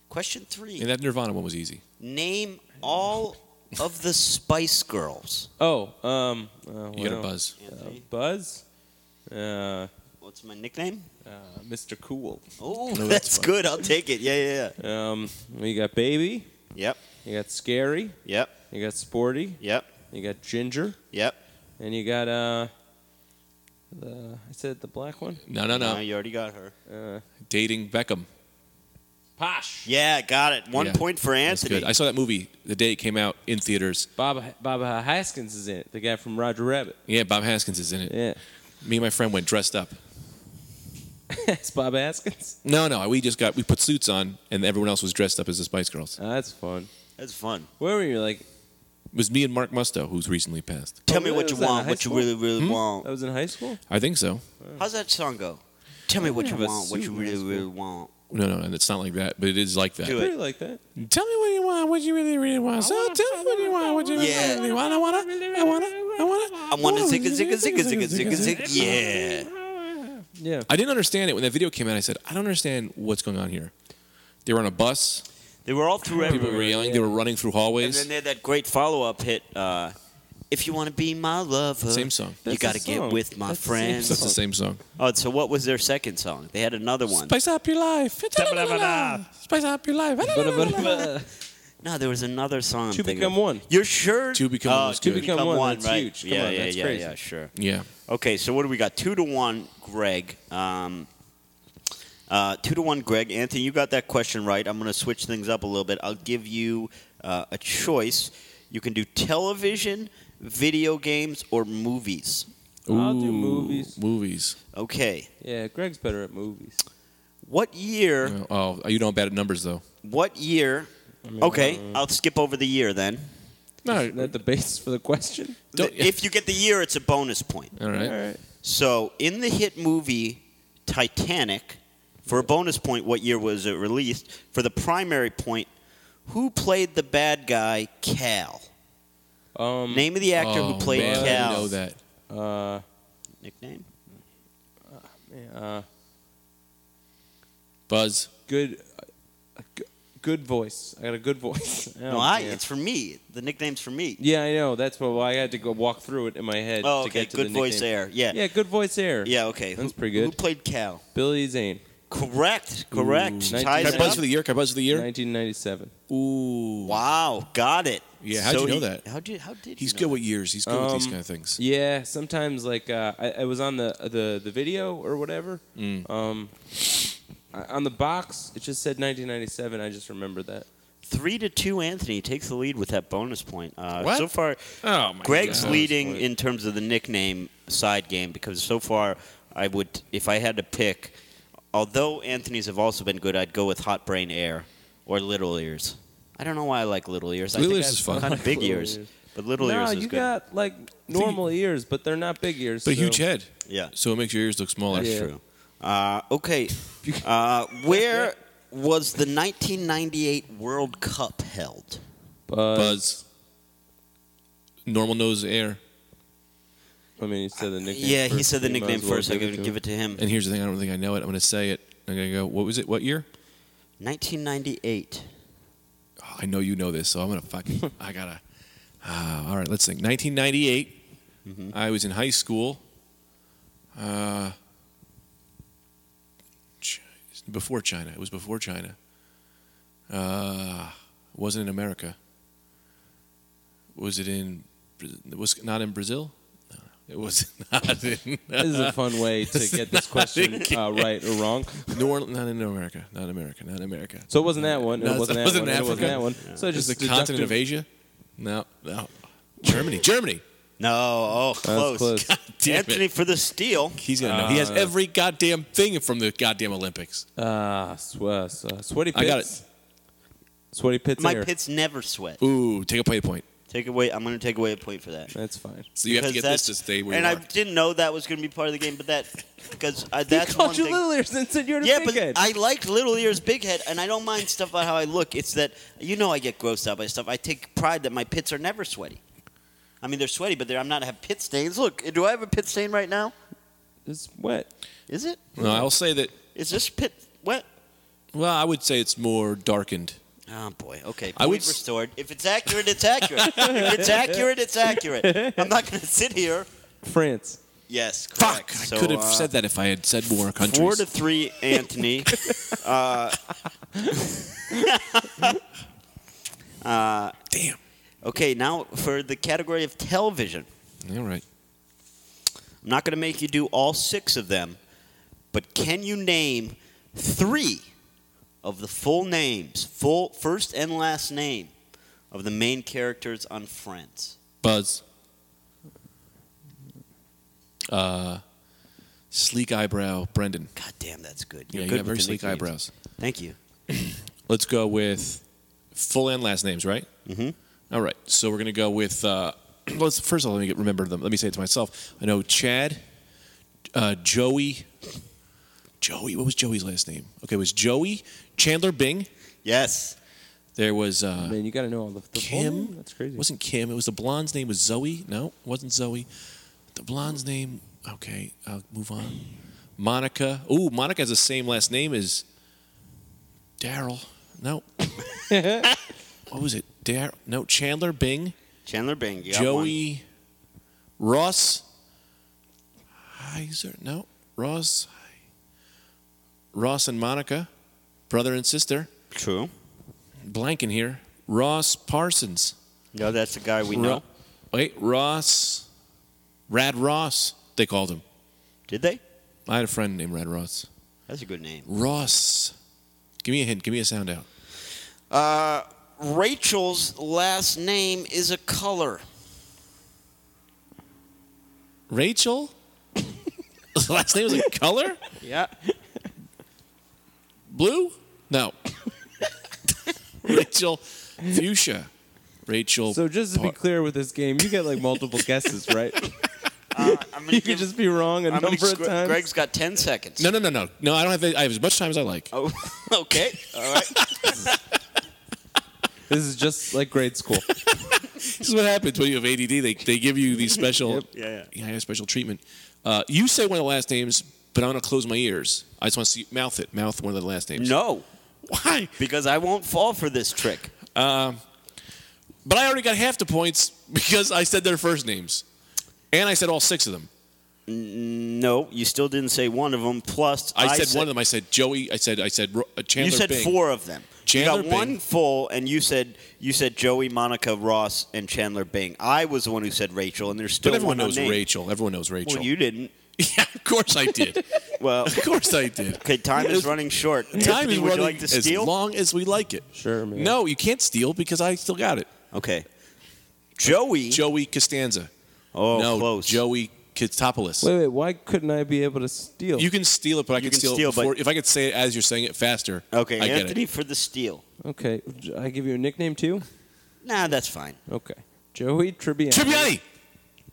A: Question three.
B: And that Nirvana one was easy.
A: Name all of the Spice Girls.
D: Oh, um, uh,
B: You got
D: well,
B: a buzz.
D: uh,
A: Anthony,
D: Buzz, uh, uh,
A: what's my nickname?
D: Mr. Cool.
A: Oh,
B: No, that's
A: that's
B: fine.
A: good. I'll take it. Yeah, yeah, yeah.
D: Um, you got baby.
A: Yep,
D: You got scary.
A: yep,
D: You got sporty.
A: yep,
D: You got ginger.
A: yep.
D: And you got uh, the I said the black one.
B: No, no, no.
A: No, you already got her.
D: Uh,
B: Dating Beckham.
D: Posh.
A: Yeah, got it. One
B: Yeah,
A: point for
B: That's
A: Anthony.
B: good. I saw that movie the day it came out in theaters.
D: Bob Bob Haskins is in it. The guy from Roger Rabbit.
B: Yeah, Bob Haskins is in it.
D: Yeah.
B: Me and my friend went dressed up.
D: it's Bob Haskins.
B: No, no, we just got we put suits on, and everyone else was dressed up as the Spice Girls.
D: Oh, that's fun.
A: That's fun.
D: Where were you? Like
B: It was me and Mark Musto, who's recently passed.
A: Tell
D: Oh,
A: me
D: really?
A: what you
D: Was that in
A: want,
D: high
A: what you
D: school? Uh-uh.
A: really, really
B: Hmm?
A: want.
D: that was in high school.
B: I think so.
A: How's that song go? Tell me what you
D: have a
A: want, what
D: suit
A: you
D: in
A: really,
D: high school.
A: really want.
B: No, no, and it's not like that, but it is like that.
A: Do it.
D: Pretty like that.
B: Tell me what you want, what you really, really want. So tell me what you want, what you really,
A: Yeah.
B: really want. I wanna, I wanna, I wanna.
A: I want to zig a zig a zig a zig a zig a zig. Yeah.
D: Yeah.
B: I didn't understand it when that video came out. I said, I don't understand what's going on here. They were on a bus.
A: They were all through
B: People were
A: everywhere.
B: yelling. They were running through
A: And
B: hallways.
A: then they had that great follow up hit, uh, If You Want to Be My Lover.
B: Same song.
A: You
D: That's
A: got to
D: the
A: get
D: song.
A: with my
D: That's the same
A: friends.
B: That's the same song.
A: Oh, so what was their second song? They had another one.
B: Spice up your life. Spice up your life.
D: uh, Ba-da-ba-da.
A: No, there was another song. I'm
D: To
A: thinking
D: Become
A: of.
D: One.
A: You're sure?
B: To Become
A: oh,
B: One was
A: To
B: good.
A: Become, One,
D: that's
A: right?
D: huge. Come
A: yeah,
D: on,
A: yeah,
D: that's
A: yeah,
D: crazy.
A: yeah, sure.
B: Yeah.
A: Okay, so what do we got? Two to one, Greg. Um, uh, two to one, Greg. Anthony, you got that question right. I'm going to switch things up a little bit. I'll give you uh, a choice. You can do television, video games, or movies.
D: I'll do movies.
B: Movies.
A: Okay.
D: Yeah, Greg's better at movies.
A: What year?
B: Oh, you don't bet at numbers though.
A: What year? Okay, I'll skip over the year then.
B: No.
D: Isn't that the basis for the question?
B: Don't-
A: If you get the year, it's a bonus point.
B: All right.
A: So, in the hit movie Titanic, for a bonus point, what year was it released? For the primary point, who played the bad guy, Cal?
D: Um,
A: Name of the actor
B: oh,
A: who played
B: man,
A: Cal.
B: I know that.
D: uh,
A: Nickname?
D: man, uh,
B: Buzz.
D: good, uh, g- good voice. I got a good voice. Oh,
A: No, I,
D: man.
A: it's for me. The nickname's for me.
D: Yeah, I know. That's what why I had to go walk through it in my head.
A: Oh,
D: to
A: okay.
D: Get to
A: Good
D: the
A: voice
D: nickname.
A: there. Yeah.
D: Yeah, good voice air.
A: Yeah, okay.
D: That's
A: Who-
D: pretty good.
A: Who played Cal?
D: Billy Zane,
A: Correct. Correct.
D: Ooh.
A: Ties
B: Can I
A: it
B: buzz
A: up.
B: for the year? Can I buzz for the year?
D: 1997.
B: Ooh.
A: Wow, got it.
B: Yeah, how'd you know that?
A: How did how did
B: He's
A: you
B: good
A: know
B: with years. He's good with these
D: Um,
B: kind of things.
D: Yeah, sometimes like uh, I, I was on the the the video or whatever.
B: Mm.
D: Um, I, on the box it just said 1997. I just remember that.
A: that? Three to two, Anthony takes the lead with that bonus point. Uh,
B: What?
A: So far,
B: Oh my
A: Greg's
D: God.
A: leading
D: Bonus point.
A: in terms of the nickname side game because so far I would, if I had to pick, although Anthony's have also been good, I'd go with Hot Brain Air or Little Ears. I don't know why I like Little Ears. I
B: Little
A: think
B: Ears
A: I
B: is fun.
A: Kind of big
D: Little
A: ears,
D: Ears.
A: but Little
D: no,
A: Ears is
D: you
A: good.
D: got like normal ears, but they're not big ears.
B: But a
D: so-
B: huge head,
A: yeah,
B: so it makes your ears look smaller.
A: that's
D: Yeah.
A: true. Uh, okay, uh, where was the 1998 World Cup held?
D: Buzz.
B: Buzz. Normal nose air.
D: I mean, he said the nickname.
A: Yeah, he
D: first,
A: said the
D: you might
A: nickname
D: as well
A: first. I'm
D: give
A: going
D: to
A: to give
D: him.
A: it to him.
B: And here's the thing: I don't think I know it. I'm going to say it. I'm going to go. What was it? What year?
A: 1998.
B: Oh, I know you know this, so I'm going to fucking. I gotta. ah, all right, let's think. 1998.
D: Mm-hmm.
B: I was in high school. Uh, Ch- before China. It was before China. Uh, wasn't in America. Was it in? It was not in Brazil. No, it was not in.
D: This is a fun way to get this question
B: Nothing.
D: uh, right or wrong.
B: New Orleans, not in America, not America, not America.
D: So it wasn't that one.
B: No,
D: it wasn't
B: it
D: that
B: wasn't
D: one. It wasn't that
B: Africa.
D: one. So I
B: Is
D: just
B: the
D: deductive-
B: continent of Asia? No, no. Germany, Germany.
A: No, oh, close.
D: close.
B: God damn
A: Anthony
B: it.
A: for the steal.
B: He's gonna know. He
A: Uh,
B: has every goddamn thing from the goddamn Olympics.
D: Ah, sw- uh, s- uh, sweaty pits.
B: I got
D: Sweaty pits.
A: My
D: air.
A: pits never sweat.
B: Ooh, take a play point.
A: Take away. I'm going to take away a point for that.
D: That's fine.
B: So you have to
A: Because
B: get this
A: that's-
B: to stay where
A: and
B: you
A: I
B: are.
A: didn't know that was going to be part of the game, but that because I, that's
D: he called
A: one
D: you
A: thing.
D: little ears and said you're the
A: yeah,
D: big
A: but
D: head.
A: I like little ears, big head, and I don't mind stuff about how I look. It's that you know I get grossed out by stuff. I take pride that my pits are never sweaty. I mean, they're sweaty, but they're, I'm not have pit stains. Look, do I have a pit stain right now?
D: it's wet.
A: Is it?
B: no, I'll say that.
A: Is this pit wet?
B: Well, I would say it's more darkened.
A: Oh boy. Okay. Point
B: I would s-
A: restored. If it's accurate, it's accurate. if it's accurate, it's accurate. I'm not going to sit here.
D: France.
A: Yes.
B: Fuck!
A: Correct.
B: I
A: So,
B: could have
A: uh,
B: said that if I had said more countries.
A: Four to three, Anthony. uh,
B: Damn.
A: okay. Now for the category of television.
B: All right.
A: I'm not going to make you do all six of them, but can you name three of the full names, full first and last name of the main characters on Friends?
B: Buzz. Uh, sleek eyebrow, Brendan.
A: God damn, that's good.
B: Yeah,
A: You're
B: you
A: good
B: got
A: with
B: very
A: the
B: sleek
A: nicknames.
B: eyebrows.
A: Thank you.
B: Let's go with full and last names, right?
A: Mhm.
B: All right. So we're gonna go with. Uh, let's first of all let me get, remember them. Let me say it to myself. I know Chad, uh, Joey, Joey. What was Joey's last name? Okay, it was Joey Chandler Bing.
A: Yes.
B: There was uh,
D: Man, you got to know all the, the full
B: Kim?
D: name? That's crazy.
B: wasn't Kim. It was the blonde's name was Zoe. No, it wasn't Zoe. The blonde's name. Okay, I'll move on. Monica. Ooh, Monica has the same last name as Daryl. No. what was it? Dar- no, Chandler Bing.
A: Chandler Bing. You got one.
B: Joey. Ross. Heiser. No. Ross. Ross and Monica. Brother and sister.
A: True.
B: Blank in here. Ross Parsons.
A: No, that's a guy we
B: Ro-
A: know.
B: Wait, Ross. Rad Ross, they called him.
A: Did they?
B: I had a friend named Rad Ross.
A: That's a good name.
B: Ross. Give me a hint. Give me a sound out.
A: Uh, Rachel's last name is a color.
B: Rachel? Last name was a color?
A: Yeah.
B: Blue? No. Rachel Fuchsia. Rachel.
D: So just to be
B: Par-
D: clear with this game, you get like multiple guesses, right?
A: I'm gonna
D: You
A: give-
D: could just be wrong a
A: I'm gonna
D: number of
A: Gre-
D: times.
A: Greg's got 10 seconds.
B: No, no, no, no. No, I don't have. I have as much time as I like.
A: Oh, okay. All right.
D: This is just like grade school.
B: This is what happens when you have ADD. They, they give you these special
A: Yeah,
B: yeah, I have special treatment. Uh, you say one of the last names, but I'm gonna close my ears. I just want to see mouth it. Mouth one of the last names.
A: No,
B: Why?
A: because I won't fall for this trick.
B: But I already got half the points because I said their first names, and I said all six of them.
A: No, you still didn't say one of them. Plus,
B: I, said, one of them. I said Joey. I said I said Ro- uh, Chandler.
A: You said
B: Bing.
A: four of them.
B: Chandler
A: you got one
B: Bing.
A: full, and you said you said Joey, Monica, Ross, and Chandler Bing. I was the one who said Rachel, and there's still
B: But everyone
A: one
B: knows
A: unnamed.
B: Rachel. Everyone knows Rachel.
A: Well, you didn't.
B: yeah, of course I did.
A: Well,
B: of course I did.
A: okay. Time
B: It
A: is
B: was-
A: running short.
B: Time
A: Anthony,
B: is
A: would
B: running
A: you like to steal?
B: as long as we like it.
D: Sure, man.
B: No, you can't steal because I still got it.
A: okay. Joey.
B: Joey Costanza.
A: oh,
B: no,
A: close.
B: Joey Kitopoulos.
D: Wait, wait. Why couldn't I be able to steal?
B: You can steal it, but I
A: You
B: can,
A: can
B: steal,
A: steal,
B: it before,
A: but-
B: if I could say it as you're saying it faster.
A: Okay,
B: I get
A: Anthony
B: it.
A: for the steal.
D: okay, I give you a nickname too.
A: Nah, that's fine.
D: Okay, Joey Tribbiani,
B: Tribbiani,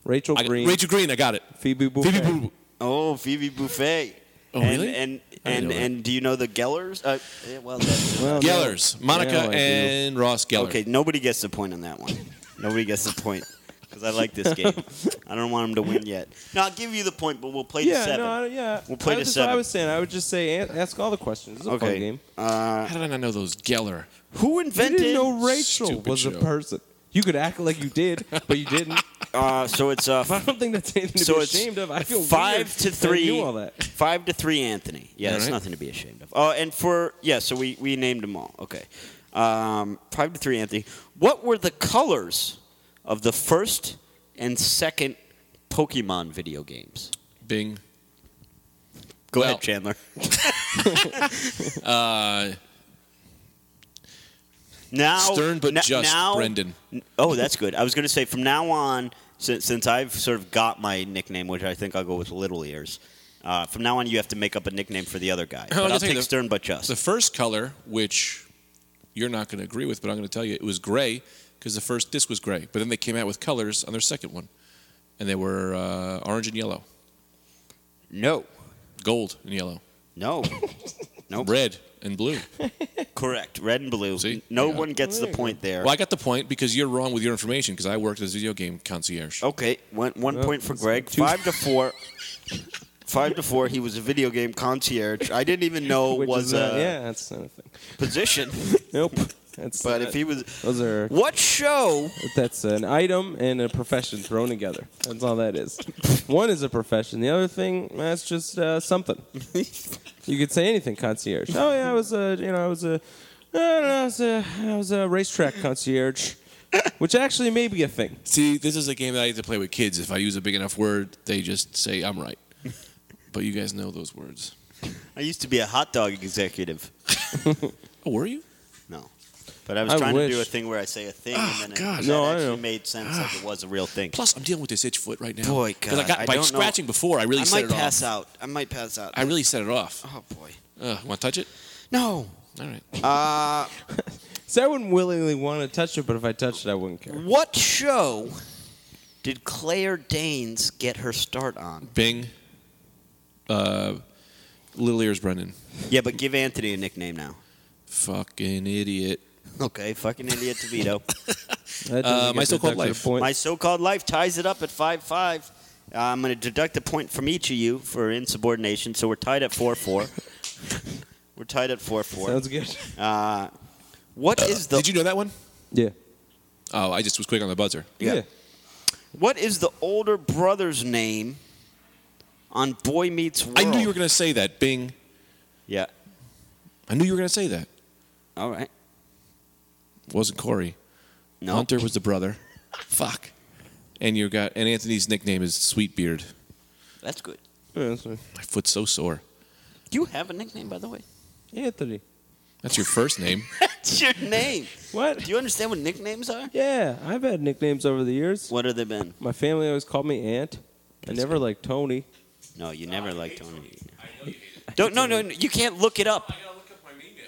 D: Rachel
B: I got,
D: Green,
B: Rachel Green, I got it.
D: Phoebe Buffay.
B: Phoebe Boo-
A: Oh, Phoebe Buffet.
B: Oh,
A: and,
B: really?
A: And
B: I didn't
A: and
B: know that.
A: and do you know the Gellers? Uh, yeah, well, that's,
D: Well, Oh, no.
B: Gellers, Monica
D: Yeah, I do.
B: and Ross Geller.
A: okay. Nobody gets the point on that one. Nobody gets the point because I like this game. I don't want him to win yet. No, I'll give you the point, but we'll play to
D: Yeah,
A: seven.
D: no, I, yeah.
A: We'll play
D: I,
A: to
D: that's
A: seven.
D: what I was saying. I would just say a- ask all the questions. It's a
A: okay.
D: fun game.
A: Uh,
B: How did I not know those Geller?
A: who
D: You
A: invented?
D: didn't know Rachel
B: Stupid
D: was a
B: show.
D: person. You could act like you did, but you didn't.
A: uh, so it's uh,
D: I don't think that's anything to
A: So
D: be
A: it's
D: ashamed of. I feel
A: five
D: weird
A: to
D: that I
A: three.
D: knew all that.
A: Five to three, Anthony. Yeah, that's
B: Alright.
A: nothing to be ashamed of. Oh, and for yeah, so we we named them all. Okay, um, five to three, Anthony. What were the colors of the first and second Pokemon video games?
B: Bing.
A: Go
B: Well,
A: ahead, Chandler.
B: Uh,
A: Now
B: Stern but
A: n-
B: just,
A: now-
B: Brendan.
A: n- Oh, that's good. I was going to say from now on, since, since I've sort of got my nickname, which I think I'll go with Little Ears. Uh, from now on, you have to make up a nickname for the other guy.
B: I'll
A: But I'll
B: just tell you
A: take
B: the-
A: Stern but just.
B: The first color, which you're not going to agree with, but I'm going to tell you, it was gray because the first disc was gray. But then they came out with colors on their second one, and they were uh, orange and yellow,
A: no,
B: gold and yellow,
A: no. Nope.
B: red and blue.
A: Correct. Red and blue.
B: See?
A: No
B: Yeah.
A: one gets the point there.
B: Well, I got the point because you're wrong with your information because I worked as a video game concierge.
D: Oh.
A: Okay, one, one
D: Well,
A: point for
D: it's
A: Greg.
D: two-
A: Five to four. Five to four. He was a video game concierge. I didn't even know
D: Which
A: oh, was uh,
D: is not,
A: a
D: yeah, that's not a thing.
A: position.
D: Nope. That's
A: But
D: not-
A: if he was,
D: those are
A: what show?
D: that's an item and a profession thrown together. That's all that is. One is a profession. The other thing that's just uh, something. You could say anything concierge. Oh yeah, I was a you know I was a I don't know I was a I was a racetrack concierge, which actually may be a thing.
B: See, this is a game that I used to play with kids. If I use a big enough word, they just say I'm right. but you guys know those words.
A: I used to be a hot dog executive.
B: Oh, were you?
A: No, but I was
D: I
A: trying to do a
D: wish.
A: thing where I say a thing and then
B: Ah, God.
A: it that
D: No, I
A: actually
D: know.
A: made sense if it was a real thing.
B: Plus, I'm dealing with this itch foot right now.
A: Boy,
B: 'Cause
A: God,
B: I got
A: I
B: by
A: don't know.
B: scratching before. I really
A: I
B: set
A: might
B: it
A: pass
B: off.
A: out. I might pass out.
B: I really set it off.
A: oh boy.
B: Ugh, want to touch it?
A: No.
B: All right.
A: Uh,
D: So I wouldn't willingly want to touch it, but if I touched it, I wouldn't care.
A: what show did Claire Danes get her start on?
B: Bing. Uh, little ears, Brendan.
A: Yeah, but give Anthony a nickname now.
B: Fucking idiot.
A: Okay, fucking idiot to veto.
D: That doesn't
B: Uh,
D: get
B: my
D: the
B: so-called
D: deducted
B: life.
D: point.
A: My so-called life ties it up at five-five. Uh, I'm going to deduct a point from each of you for insubordination, so we're tied at four-four. we're tied at four-four.
D: Sounds good.
A: Uh, what is the
B: Did you know that one?
D: Yeah.
B: Oh, I just was quick on the buzzer.
A: Yeah. what is the older brother's name on Boy Meets World?
B: I knew you were going to say that, Bing.
A: Yeah.
B: I knew you were going to say that.
A: All right.
B: Wasn't Corey.
A: No.
B: Hunter was the brother. Fuck. And you got and Anthony's nickname is Sweetbeard.
A: That's good.
D: Yeah, that's right.
B: My foot's so sore.
A: Do you have a nickname, by the way?
D: Anthony.
B: That's your first name.
A: That's your name.
D: What?
A: Do you understand what nicknames are?
D: Yeah, I've had nicknames over the years.
A: What have they been?
D: My family always called me Aunt. I never liked Tony.
A: No, you never liked Tony.
C: I know you hate it.
A: Don't, no, no, no, you can't look it up.
C: I gotta look up my email.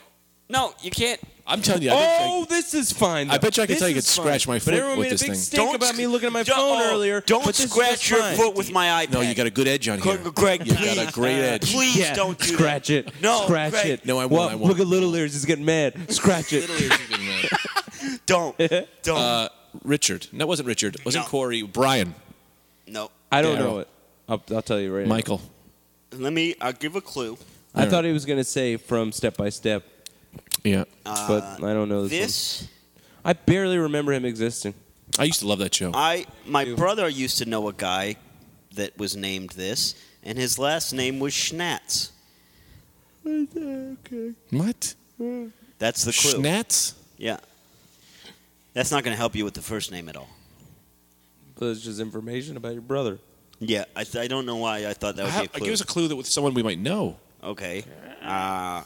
A: No, you can't.
B: I'm telling you, I bet you I-
D: Oh, this is fine. though.
B: I bet you I could
D: This
B: tell you
D: is
B: could scratch
D: fine.
B: my
D: But
B: foot
D: everyone
B: with
D: made
B: this
D: a big
B: thing.
D: stink about me looking at my phone
A: oh,
D: earlier.
A: Don't
D: but this is just
A: scratch your
D: fine.
A: foot with my iPad.
B: No, you got a good edge on here.
A: Greg, Greg,
B: You
A: please.
B: got a great edge.
A: Please
D: Yeah,
A: don't do
D: scratch
A: that.
D: it.
A: No,
D: scratch
A: Greg.
D: it.
B: No, I won't,
D: Well,
B: I won't.
D: Look at Little Ears. He's getting mad. Scratch it.
A: Don't. Don't.
B: Uh, Richard. No, it wasn't Richard. It wasn't
A: No.
B: Corey. Brian.
A: no.
D: I don't
B: Daryl.
D: know it. I'll, I'll tell you right now.
B: Michael.
A: Let me. I'll give a clue.
D: I thought he was going to say from step by step,
B: Yeah.
D: but
B: Uh,
D: I don't know this. one.
A: Uh, This.
D: I barely remember him existing.
B: I used to love that show.
A: I my
D: Ew.
A: brother used to know a guy that was named this, and his last name was Schnatz.
D: Okay.
B: What?
A: That's the clue.
B: Schnatz?
A: yeah. That's not going to help you with the first name at all.
D: That's just information about your brother.
A: Yeah, I, th- I don't know why I thought that would
B: How- uh,
A: be a clue.
B: Give us a clue that with someone we might know.
A: okay. Uh,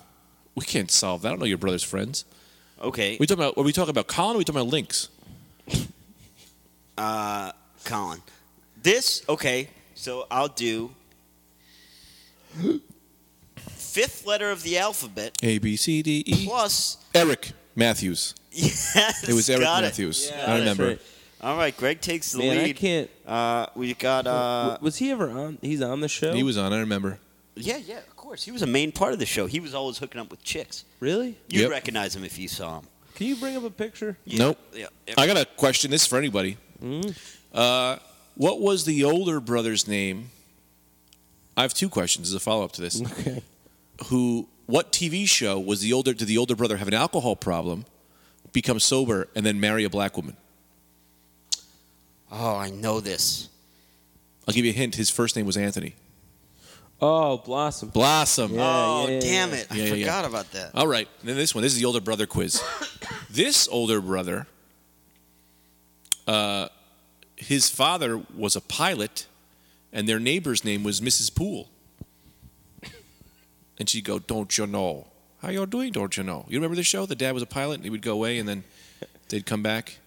B: We can't solve that. I don't know your brother's friends.
A: okay.
B: We talking about? Are we talking about Colin? Or are we talking about Lynx?
A: Colin. This, okay, so I'll do fifth letter of the alphabet
B: A B C D E.
A: plus.
B: Eric Matthews.
A: Yes,
B: It was Eric
A: got it.
B: Matthews.
D: Yeah,
B: I
D: that's
B: remember.
D: right.
A: All right, Greg takes the
D: Man, I
A: lead.
D: can't.
A: Uh, we got uh,
D: was he ever on? He's on the show.
B: He was on. I remember.
A: Yeah, yeah, of course. He was a main part of the show. He was always hooking up with chicks.
D: really.
A: You'd
B: Yep.
A: recognize him if you saw him.
D: Can you bring up a picture?
A: Yeah, Mm.
B: Nope.
A: Yeah.
B: I got a question. This is for anybody. Uh, what was the older brother's name? I have two questions as a follow up to this.
D: Okay.
B: Who? What TV show was the older? Did the older brother have an alcohol problem, become sober, and then marry a black woman?
A: Oh, I know this.
B: I'll give you a hint. His first name was Anthony
D: Oh, Blossom.
B: Blossom.
D: Yeah,
A: oh,
D: yeah, yeah,
A: damn
D: yeah.
A: it.
B: Yeah,
A: I
B: yeah, yeah.
A: forgot about that.
B: All right. And then this one. This is the older brother quiz. this older brother, uh, his father was a pilot, and their neighbor's name was Mrs. Poole. And she'd go, "Don't you know how you're doing? Don't you know? You remember the show? The dad was a pilot, and he would go away, and then they'd come back.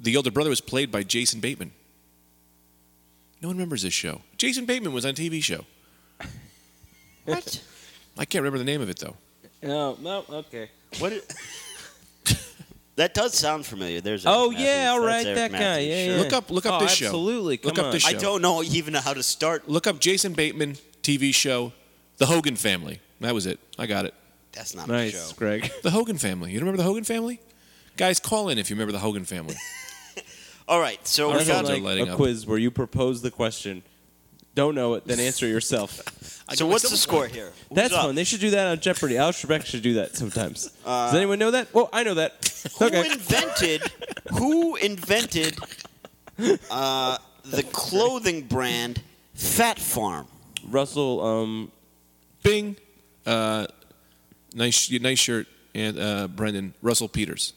B: The older brother was played by Jason Bateman. No one remembers this show. Jason Bateman was on a TV show.
A: What?
B: I can't remember the name of it though.
D: No, no, okay.
A: what? It, that does sound familiar. There's. Eric
D: Oh
A: Matthews.
D: yeah, all
A: That's
D: right,
A: Eric
D: that guy.
A: Matthews,
D: Yeah,
A: sure.
D: yeah.
B: Look up- look up
D: oh,
B: this show.
D: Absolutely. Come
B: Look up
D: on.
B: this
A: I
B: show.
A: don't know even how to start.
B: look up Jason Bateman TV show, The Hogan Family. That was it. I got it.
A: That's not
D: Nice,
A: a show.
D: Greg.
B: The Hogan Family. You remember the Hogan Family? Guys, call in if you remember the Hogan Family.
A: All right, so we
B: That's
A: got.
B: all
D: like
B: lighting
D: a
B: up.
D: quiz where you propose the question, don't know it, then answer yourself.
A: So what's the score here? Who's
D: That's
A: up?
D: fun. They should do that on Jeopardy. Al Trebek should do that sometimes.
B: Uh,
D: Does anyone know that? Oh, I know that.
A: Who
D: Okay.
A: invented? Who invented? Uh, the clothing brand Fat Farm.
D: Russell, um,
B: Bing. Uh, nice, sh- nice shirt, and uh, Brendan Russell Peters.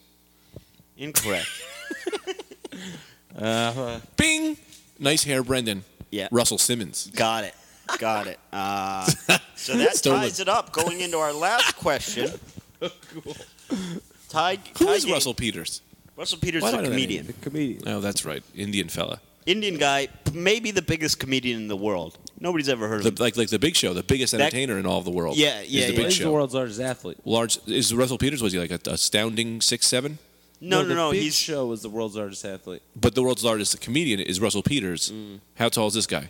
A: Incorrect.
B: Bing. Nice hair, Brendan.
A: Yeah.
B: Russell Simmons.
A: Got it. Got it. Uh, so that
B: Stolen.
A: ties it up. Going into our last question. Tied,
B: Who
A: tied
B: is
A: game.
B: Russell Peters?
A: Russell Peters
B: Why
A: is a
B: do I know that
A: comedian.
D: the comedian.
B: Oh, that's right, Indian fella.
A: Indian guy, maybe the biggest comedian in the world. Nobody's ever heard of
B: The,
A: him.
B: like, like the Big Show, the biggest entertainer in all of the world.
A: Yeah, yeah,
B: Is the
A: yeah.
B: Big
D: He's the
B: Show.
D: world's largest athlete.
B: Large is Russell Peters. Was he like a astounding six seven?
A: No, no,
D: the
A: no.
D: Big
A: He's
D: Show was the world's largest athlete.
B: But the world's largest comedian is Russell Peters. How tall is this guy?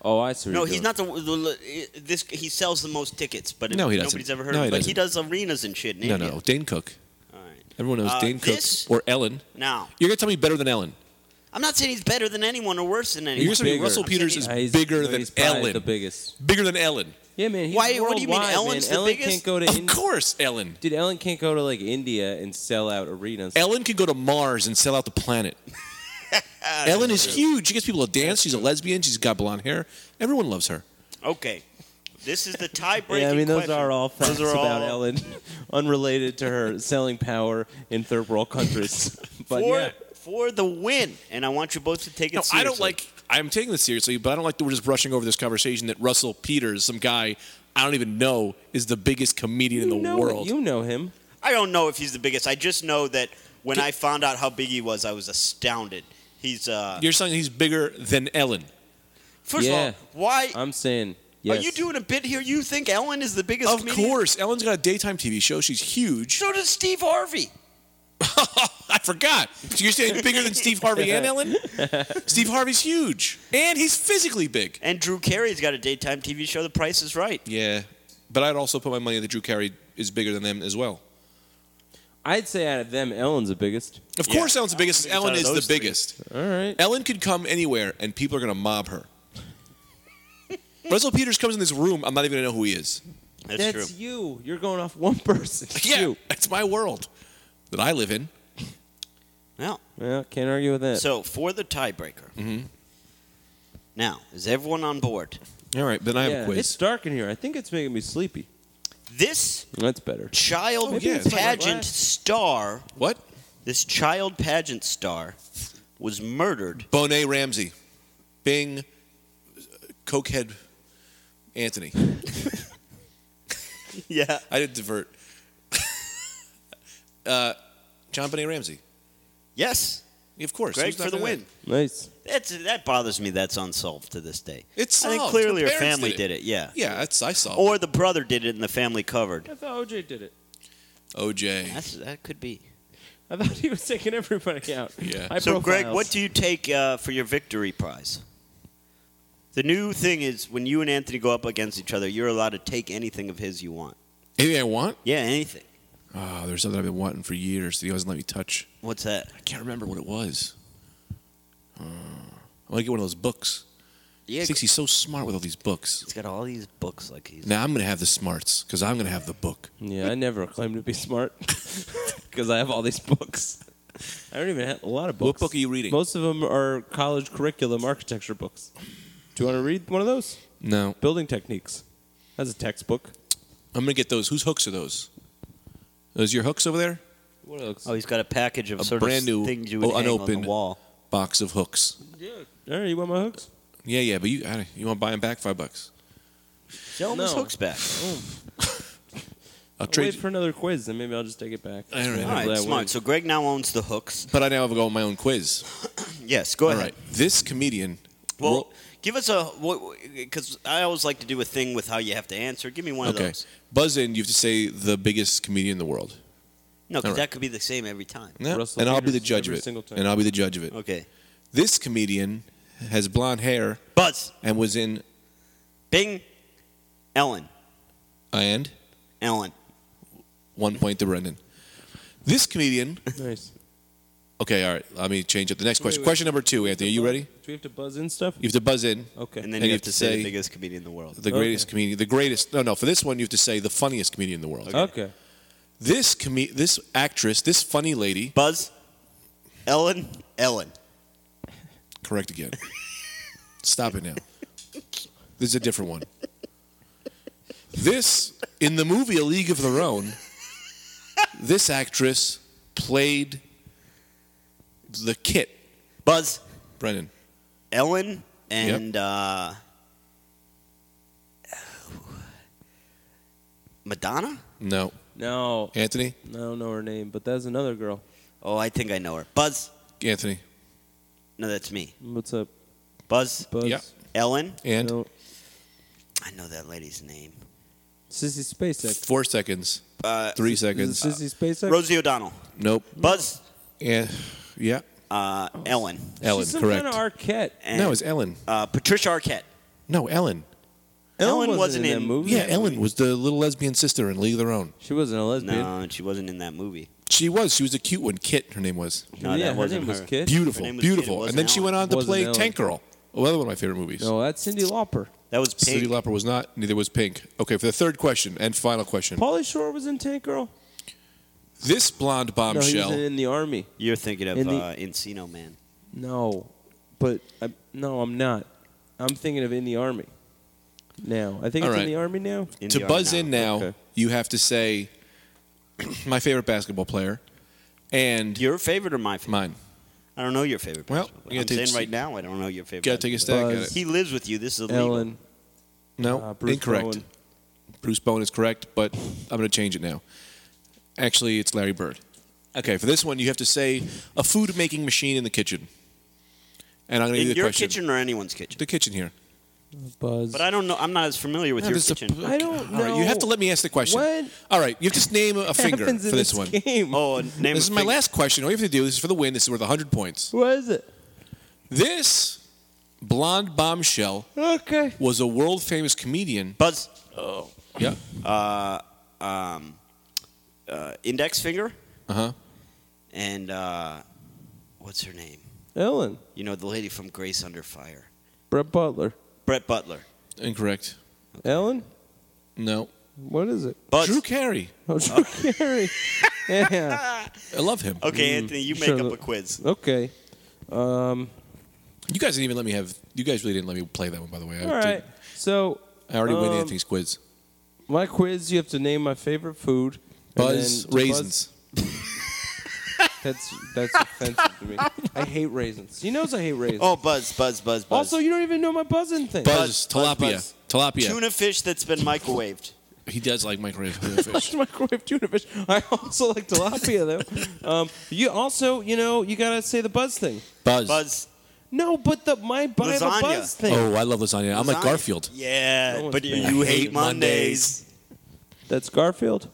D: Oh, I see. what
A: no,
D: you're
A: he's
D: doing.
A: not the, the- this. He sells the most tickets, but
B: No, he doesn't.
A: nobody's ever heard
B: No,
A: of
B: he
A: him. But he does arenas and shit. In
B: No,
A: India.
B: no, Dane Cook.
A: All right.
B: Everyone knows
A: Uh,
B: Dane Cook
A: this-
B: or Ellen.
A: Now,
B: You're gonna tell me better than Ellen.
A: I'm not saying he's better than anyone or worse than anyone.
B: You're saying
D: bigger.
B: Russell
D: I'm
B: Peters
A: saying
B: is
D: Uh, he's-
B: bigger
D: no,
B: than
D: he's probably
B: Ellen.
D: The biggest.
B: bigger than Ellen.
D: Yeah, man. He's
A: Why- what do you mean
D: worldwide,
A: Ellen's
D: man.
A: the
D: Ellen
A: biggest?
D: can't go to
B: Of
D: India.
B: course, Ellen.
D: Dude, Ellen can't go to like India and sell out arenas.
B: Ellen could go to Mars and sell out the planet. Ellen is huge. She gets people to dance. She's a lesbian. She's got blonde hair. Everyone loves her.
A: Okay. This is the tie-breaking
D: Yeah, I mean, those
A: question.
D: are all facts
A: Those are
D: about
A: all-
D: Ellen, unrelated to her selling power in third world countries. But
A: for,
D: yeah,
A: for the win. And I want you both to take it
B: No,
A: seriously.
B: I don't like. I'm taking this seriously, but I don't like that we're just brushing over this conversation that Russell Peters, some guy I don't even know, is the biggest comedian
D: you
B: in the
D: know,
B: world.
D: you know him.
A: I don't know if he's the biggest. I just know that when I found out how big he was, I was astounded. He's uh
B: You're saying he's bigger than Ellen.
A: first
D: Yeah.
A: of all, why
D: I'm saying yes.
A: are you doing a bit here? You think Ellen is the biggest
B: Of
A: comedian?
B: course, Ellen's got a daytime TV show. She's huge.
A: So does Steve Harvey.
B: I forgot. So you're saying bigger than Steve Harvey and Ellen? Steve Harvey's huge, and he's physically big.
A: And Drew Carey's got a daytime TV show, The Price is Right.
B: Yeah, but I'd also put my money that Drew Carey is bigger than them as well.
D: I'd say out of them, Ellen's the biggest.
B: Of
A: Yeah.
B: course, Ellen's the biggest.
A: out
B: Ellen
A: of
B: is the
A: those three.
B: biggest.
D: All right.
B: Ellen could come anywhere and people are going to mob her. Russell Peters comes in this room, I'm not even going to know who he is.
A: That's,
D: That's,
A: true.
D: you. You're going off one person. It's
B: Yeah,
D: You.
B: that's my world that I live in.
A: Well,
D: Yeah, can't argue with that.
A: so for the tiebreaker. Now, is everyone on board?
B: All right, then I have
D: yeah,
B: a quiz.
D: it's dark in here. I think it's making me sleepy.
A: This
D: That's better.
A: child
B: Maybe it's like
A: pageant
D: last-
A: star,
B: what?
A: this child pageant star was murdered
B: Bonet Ramsey. Bing. uh, Cokehead Anthony.
A: Yeah.
B: I did divert. uh, John Bonet Ramsey.
A: Yes.
B: Of course.
A: Greg
B: who's not
A: for the
B: gonna-
A: win.
D: Nice.
A: That's that bothers me. That's unsolved to this day.
B: It's
A: I think
B: solved.
A: clearly her
B: parents
A: family
B: did
A: did it. Yeah.
B: Yeah, that's, I saw.
A: Or the brother did it and the family covered.
D: I thought OJ did it.
B: OJ.
A: That's, that could be.
D: I thought he was taking everybody out.
B: Yeah.
D: High
A: So, Greg,
D: profiles.
A: what do you take uh, for your victory prize? The new thing is when you and Anthony go up against each other, you're allowed to take anything of his you want.
B: Anything I want?
A: Yeah, anything.
B: Oh, there's something I've been wanting for years that he doesn't let me touch.
A: What's that?
B: I can't remember what it was. Uh, I want to get one of those books.
A: Yeah,
B: he thinks he's so smart with all these books.
A: he's got all these books like he's.
B: Now I'm going to have the smarts because I'm going to have the book.
D: Yeah, I never claim to be smart because I have all these books. I don't even have a lot of
B: What
D: books.
B: book are you reading?
D: Most of them are college curriculum architecture books. Do you want to read one of those?
B: No.
D: Building techniques. That's a textbook.
B: I'm going to get those. Whose hooks are those? Those your hooks over there?
D: What else?
A: Oh, he's got a package of
B: A
A: sort
B: brand
A: of
B: new,
A: things you would
B: oh,
A: hang on
B: unopened.
A: the wall.
B: Box of hooks.
D: All right, you want my hooks?
B: Yeah, yeah, but you I, you want to buy them back five bucks?
A: Sell him his
D: No.
A: hooks back.
B: I'll
D: I'll
B: trade.
D: wait for another quiz, and maybe I'll just take it back.
B: All right.
A: All right,
D: That
A: smart.
D: works.
A: So Greg now owns the hooks.
B: but I now have to go on my own quiz.
A: Yes, go
B: All
A: ahead.
B: right. This comedian.
A: Well,
B: Ro-
A: give us a because I always like to do a thing with how you have to answer. Give me one of
B: okay.
A: those.
B: Buzz in. You have to say the biggest comedian in the world.
A: No, because
B: All right.
A: that could be the same every time.
B: Yeah. And
D: Russell
B: I'll be the
D: Peters,
B: judge of
D: every
B: it.
D: single time.
B: And I'll be the judge of it.
A: Okay,
B: This comedian has blonde hair
A: Buzz,
B: and was in
A: Bing, Ellen,
B: and
A: Ellen.
B: one point to Brendan. This comedian.
D: Nice.
B: Okay, all right. Let me change up the next question.
D: wait.
B: Question number two, Anthony. Are you ready?
D: Do we have to buzz in stuff?
B: You have to buzz in.
D: Okay.
A: And then
B: And
A: you have to say the biggest comedian in the world.
B: The
D: Okay.
B: greatest comedian. The greatest. No, no. For this one, you have to say the funniest comedian in the world.
D: okay.
B: This comed. This actress. This funny lady.
A: Buzz, Ellen, Ellen.
B: Correct again. Stop it now. This is a different one. This in the movie A League of Their Own. This actress played the kit,
A: Buzz,
B: Brennan.
A: Ellen, and uh, Madonna.
B: No,
D: No,
B: Anthony.
D: I don't know her name, but that's another girl.
A: Oh, I think I know her. Buzz.
B: Anthony.
A: No, that's me.
D: What's up,
A: Buzz,
D: Buzz?
B: Yeah.
A: Ellen.
B: And
D: No.
A: I know that lady's name.
D: Sissy Spacek.
B: four seconds.
A: Uh,
B: Three
D: Is
B: seconds.
D: it Sissy Spacek?
A: Rosie O'Donnell.
B: nope.
A: Buzz,
B: And yeah,
A: uh, Ellen,
B: Ellen.
D: She's some
B: correct.
D: kind of Arquette.
A: and
B: no, it's Ellen.
A: uh, Patricia Arquette.
B: No, Ellen.
A: Ellen wasn't
D: in, that
A: in-
D: movie.
B: Yeah, Ellen was the little lesbian sister in League of Their Own.
D: She wasn't a lesbian.
A: No, she wasn't in that movie.
B: She was. She was a cute one. Kit, her name was.
A: No,
D: yeah,
A: that
D: her
A: wasn't
D: name was
A: her.
D: Kit.
B: Beautiful,
A: name was Kit. It
B: beautiful.
A: wasn't
B: And then she
A: Ellen.
B: went on to
D: Wasn't
B: play
D: Ellen.
B: Tank Girl, Oh, another one of my favorite movies.
D: No, that's Cindy Lauper.
A: That was
B: Cindy
A: Pink.
B: Lauper was not. Neither was Pink. Okay, for the third question and final question.
D: Pauly Shore was in Tank Girl.
B: This blonde
D: no, he
B: bombshell.
D: was in, in the army.
A: You're thinking of
D: In the-
A: uh, Encino Man.
D: No, but I, no, I'm not. I'm thinking of in the army. now. I think
B: All
D: it's
B: right.
D: in the army now.
A: In
B: to
A: the
B: buzz
A: arm
B: in now,
D: Okay.
B: you have to say my favorite basketball player and
A: Your favorite or my favorite?
B: mine.
A: I don't know your favorite.
B: Well,
A: basketball
B: you
A: player.
B: gotta
A: I'm
B: take s-
A: saying right now, I don't know your favorite.
B: Got to take a
A: basketball
B: stab at
D: Buzz.
B: it.
A: player. He lives with you. This is illegal.
D: Ellen.
B: No,
D: Uh, Bruce
B: incorrect.
D: Bowen.
B: Bruce Bowen is correct, but I'm going to change it now. Actually, it's Larry Bird. Okay, for this one, you have to say a food making machine in the kitchen. And I'm going to give
A: In
B: you the
A: your
B: question.
A: kitchen or anyone's kitchen.
B: The kitchen here.
D: Buzz.
A: But I don't know. I'm not as familiar with
B: No,
A: your
B: this is a-
A: kitchen.
D: I don't
B: All right, you have to
D: know.
B: let me ask the question.
D: What
B: All right, you have to just name a finger for
D: happens in
B: this,
D: this,
B: one.
D: game?
A: oh, name a
B: This is my
A: finger.
B: last question. All you have to do this is for the win. This is worth 100 points.
D: What is it?
B: This blonde bombshell
D: Okay.
B: was a world famous comedian.
A: Buzz.
B: Yeah.
A: Uh, index finger
B: Uh huh.
A: and uh, what's her name?
D: Ellen.
A: You know the lady from Grace Under Fire.
D: Brett Butler.
A: Brett Butler.
B: Incorrect.
D: Ellen.
B: No.
D: What is it?
A: Buzz.
B: Drew Carey.
D: Oh, Drew Carey. yeah.
B: I love him.
A: okay, Anthony, you make
D: sure.
A: up a quiz.
D: Okay. Um.
B: You guys didn't even let me have. You guys really didn't let me play that one, by the way. I
D: All right.
B: did-
D: So
B: I already win
D: Um,
B: Anthony's quiz.
D: my quiz, you have to name my favorite food. and
B: Buzz
D: then-
B: raisins.
D: Buzz- that's that's offensive to me. I hate raisins. He knows I hate raisins.
A: Oh, Buzz, Buzz, Buzz, Buzz.
D: also, you don't even know my buzzing thing.
B: Buzz,
A: Buzz,
B: tilapia,
A: Buzz.
B: tilapia.
A: tuna fish that's been microwaved.
B: He does like microwave fish.
D: microwave tuna fish. I also like tilapia though. Um, you also, you know, you gotta say the buzz thing.
B: Buzz.
A: Buzz.
D: No, but the my bu- I have
A: Lasagna.
D: a buzz thing.
B: Oh, I love lasagna. I'm like
A: Lasagna.
B: Garfield.
A: Yeah,
D: one's
A: but
D: bad.
A: you
B: I
A: hate
B: hate
A: Mondays.
B: Mondays.
D: That's Garfield.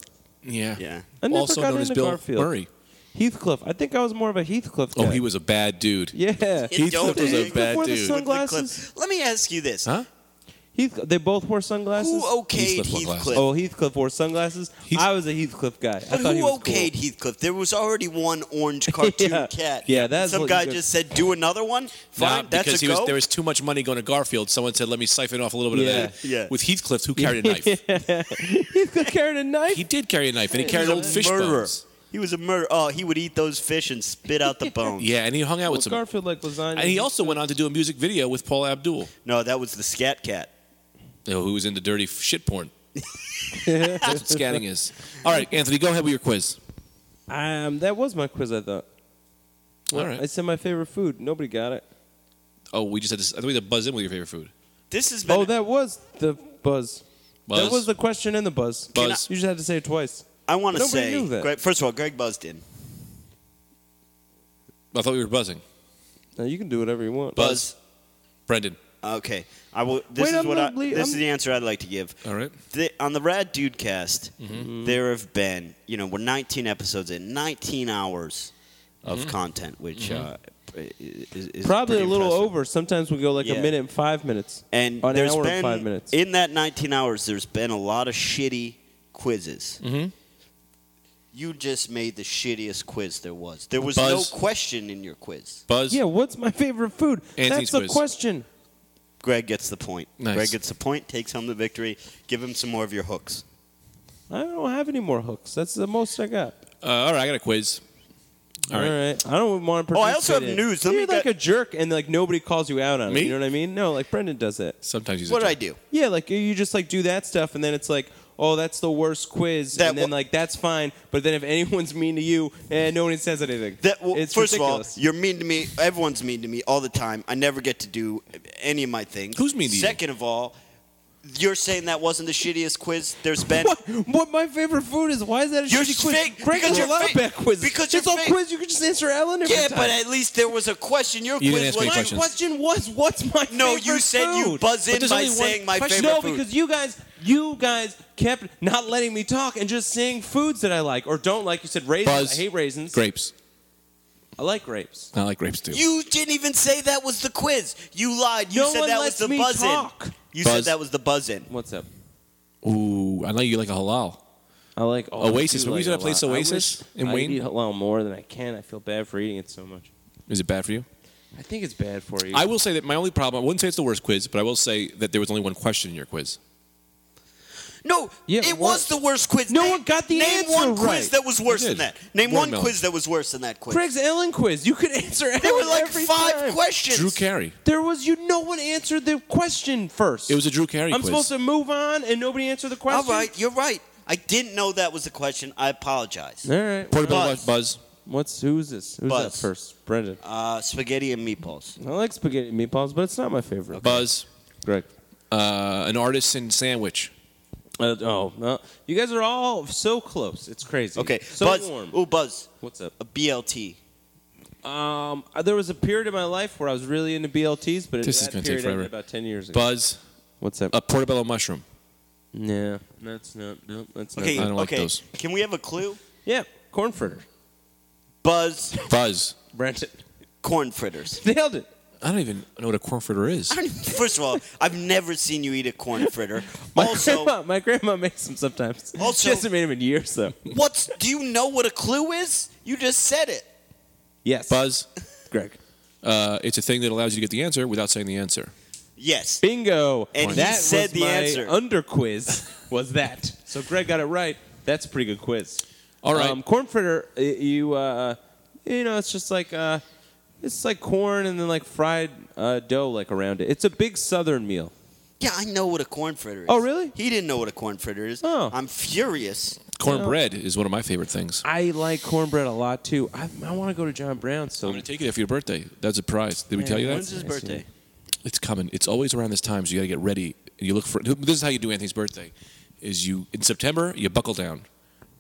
B: Yeah.
A: Yeah.
D: I never
B: also
D: got
B: known as
D: into
B: Bill
D: Garfield.
B: Murray.
D: Heathcliff. I think I was more of a Heathcliff.
B: Oh,
D: guy.
B: he was a bad dude.
D: Yeah.
A: It
B: Heathcliff
A: don't
B: was a
A: hang.
B: bad
D: Before the
B: dude.
D: sun-
A: With the clip.
D: Sunglasses?
A: Let me ask you this.
B: Huh?
D: Heath- they both wore sunglasses.
A: Who okayed
B: Heathcliff wore
A: Heathcliff?
B: glasses.
D: Oh, Heathcliff wore sunglasses.
B: Heath-
D: I was a Heathcliff guy. I
A: But
D: thought he
A: who
D: was
A: okayed Heathcliff? There was already one orange cartoon
D: Yeah.
A: cat.
D: Yeah, that's
A: some
D: what
A: guy
D: you did.
A: just said, "Do another one."
B: Nah,
A: Fine, that's
B: because
A: a
B: he was,
A: go.
B: there was too much money going to Garfield. Someone said, "Let me siphon off a little bit
D: Yeah.
B: of that."
A: Yeah.
B: With Heathcliff, who carried a knife?
D: cool. Heathcliff carried a knife.
B: He did carry a knife, and he
A: He was
B: carried old
A: a
B: fish
A: murderer.
B: bones.
A: He was a murderer. Oh, he would eat those fish and spit out the bones.
B: Yeah, and he hung out
D: Well,
B: with some.
D: Garfield like lasagna.
B: And he also went on to do a music video with Paul Abdul,
A: No, that was the scat cat.
B: you know, who was into dirty shit porn. That's what scatting is. All right, Anthony, go ahead with your quiz.
D: Um, that was my quiz. I thought.
B: All
D: I
B: right.
D: said my favorite food. Nobody got it.
B: Oh, we just had to. I think we had to buzz in with your favorite food.
A: This has been.
D: Oh, that was the buzz.
B: Buzz.
D: That was the question in the buzz.
B: Can Buzz. I-
D: You just had to say it twice.
A: I want to
D: nobody
A: say.
D: knew that.
A: Greg, first of all, Greg buzzed in.
B: I thought we were buzzing.
D: Now you can do whatever you want.
B: Buzz. Brendan.
A: Okay, I will. This
D: Wait,
A: is
D: I'm
A: what. I,
D: not
A: this
D: ble-
A: is
D: I'm-
A: the answer I'd like to give.
B: All right.
A: the, on the Rad Dude Cast,
B: Mm-hmm.
A: there have been you know we're 19 episodes in, 19 hours of
B: Mm-hmm.
A: content, which uh, i- is, is
D: Probably a
A: pretty
D: little
A: impressive.
D: over. Sometimes we go like
A: Yeah.
D: a minute and five minutes.
A: And
D: an
A: there's
D: hour
A: been
D: and five minutes.
A: in that 19 hours, there's been a lot of shitty quizzes.
B: Mm-hmm.
A: You just made the shittiest quiz there was. There was
B: Buzz.
A: no question in your quiz.
B: Buzz.
D: yeah, what's my favorite food? That's
B: Anthony's
D: the
B: quiz.
D: question.
A: Greg gets the point.
B: Nice.
A: Greg gets the point, takes home the victory. Give him some more of your hooks.
D: I don't have any more hooks. That's the most I got.
B: Uh, all right, I got a quiz. All right.
D: I don't want to.
A: Oh, I also have news. Let me
D: You're like
A: get-
D: a jerk, and like nobody calls you out on
B: Me?
D: it. You know what I mean? No, like Brendan does it.
B: Sometimes he's. a
A: What did I
B: jerk.
A: do?
D: Yeah, like you just like do that stuff, and then it's like, oh, that's the worst quiz,
A: That
D: and then
A: wa-
D: like that's fine. But then if anyone's mean to you, and eh, no one says anything.
A: That, well,
D: it's
A: first
D: ridiculous.
A: of all, you're mean to me. Everyone's mean to me all the time. I never get to do any of my things.
B: Who's mean to you?
A: Second of all, you're saying that wasn't the shittiest quiz there's been.
D: What, what my favorite food is? Why is that a
A: You're
D: shitty quiz?
A: fake,
D: Greg has
A: because
D: a
A: you're
D: lot
A: fake,
D: of bad quizzes.
A: because
D: it's
A: you're
D: all
A: fake.
D: quiz. You can just answer Ellen every
A: Yeah,
D: time.
A: but at least there was a question. Your
B: You
A: quiz
B: didn't ask
A: was
B: me
A: like,
B: questions.
A: what-
D: question was, what's my
A: No,
D: favorite
A: you said you
D: food?
A: buzz in
B: there's
A: by
B: only one
A: saying my
B: question.
A: favorite
D: No,
A: food.
D: because you guys, you guys kept not letting me talk and just saying foods that I like or don't like. You said raisins.
B: Buzz.
D: I hate raisins.
B: Grapes.
D: I like grapes.
B: I like grapes too.
A: You didn't even say that was the quiz. You lied. You
D: no
A: said
D: one
A: that was
D: lets
A: the
D: me
A: buzz
D: talk.
A: in. You
B: Buzz.
A: said that was the buzz in.
D: What's up?
B: Ooh, I know you like a halal.
D: I like all
B: Oasis.
D: I do
B: Remember we used to
D: a
B: play
D: lot. I
B: Oasis
D: wish
B: in
D: I
B: Wayne?
D: eat a lot more than I can. I feel bad for eating it so much.
B: Is it bad for you?
D: I think it's bad for you.
B: I will say that my only problem. I wouldn't say it's the worst quiz, but I will say that there was only one question in your quiz.
A: No,
D: Yeah,
A: it
D: it was.
A: was the worst quiz.
D: No
A: Name-
D: one got the
A: Name
D: answer
A: one quiz
D: right.
A: that was worse
B: I
A: than
B: did.
A: that. Name one
B: Watermelon.
A: quiz that was worse than that quiz.
D: Craig's Ellen quiz. You could answer Ellen
A: there were like
D: every
A: five
D: time.
A: questions.
B: Drew Carey.
D: There was you. No one answered the question first.
B: It was a Drew Carey
D: I'm
B: quiz.
D: supposed to move on, and nobody answered the
A: All
D: question.
A: right, you're right. I didn't know that was the question. I apologize.
D: All right.
B: Portobello Buzz.
A: Buzz.
B: Buzz.
D: What's who's this? Who's
A: Buzz.
D: that first? Brendan.
A: Uh, spaghetti and meatballs.
D: I like spaghetti and meatballs, but it's not my favorite.
B: Buzz.
D: Greg.
B: Uh, an artisan sandwich.
D: Uh, oh no! You guys are all so close. It's crazy.
A: Okay,
D: So
A: Buzz.
D: warm.
A: Ooh, Buzz.
D: What's up?
A: A BLT.
D: Um, uh, there was a period in my life where I was really into BLTs, but it,
B: This is
D: that
B: gonna take
D: period ended
B: forever.
D: About ten years ago.
B: Buzz.
D: What's up?
B: A portobello mushroom.
D: Yeah, that's not. No, that's
A: Okay,
D: not.
B: I don't like
A: okay.
B: those.
A: Can we have a clue?
D: Yeah, corn fritter.
A: Buzz,
B: Buzz.
D: Brent
A: corn fritters.
D: nailed it.
B: I don't even know what a corn fritter is.
A: I don't even- First of all, I've never seen you eat a corn fritter.
D: My
A: Also,
D: grandma, my grandma makes them sometimes.
A: Also-
D: she hasn't made them in years though.
A: what's do you know what a clue is? You just said it.
D: Yes,
B: Buzz.
D: Greg.
B: Uh, it's a thing that allows you to get the answer without saying the answer.
A: Yes.
D: Bingo.
A: And he
D: that
A: said
D: was
A: the
D: my
A: answer.
D: Under quiz was that. So Greg got it right. That's a pretty good quiz.
B: All right.
D: Um, corn fritter. i- You uh, you know, it's just like uh, it's like corn and then like fried uh, dough like around it. It's a big Southern meal.
A: Yeah, I know what a corn fritter is.
D: Oh, really?
A: He didn't know what a corn fritter is.
D: Oh.
A: I'm furious.
B: Cornbread is one of my favorite things.
D: I like cornbread a lot too. I, I want to go to John Brown. So
B: I'm going to take it for your birthday. That's a prize. Did we
D: Yeah,
B: tell you
A: When's
B: that?
A: his
D: I see.
A: birthday?
B: It's coming. It's always around this time, so you got to get ready. And you look for. This is how you do Anthony's birthday. Is you in September you buckle down,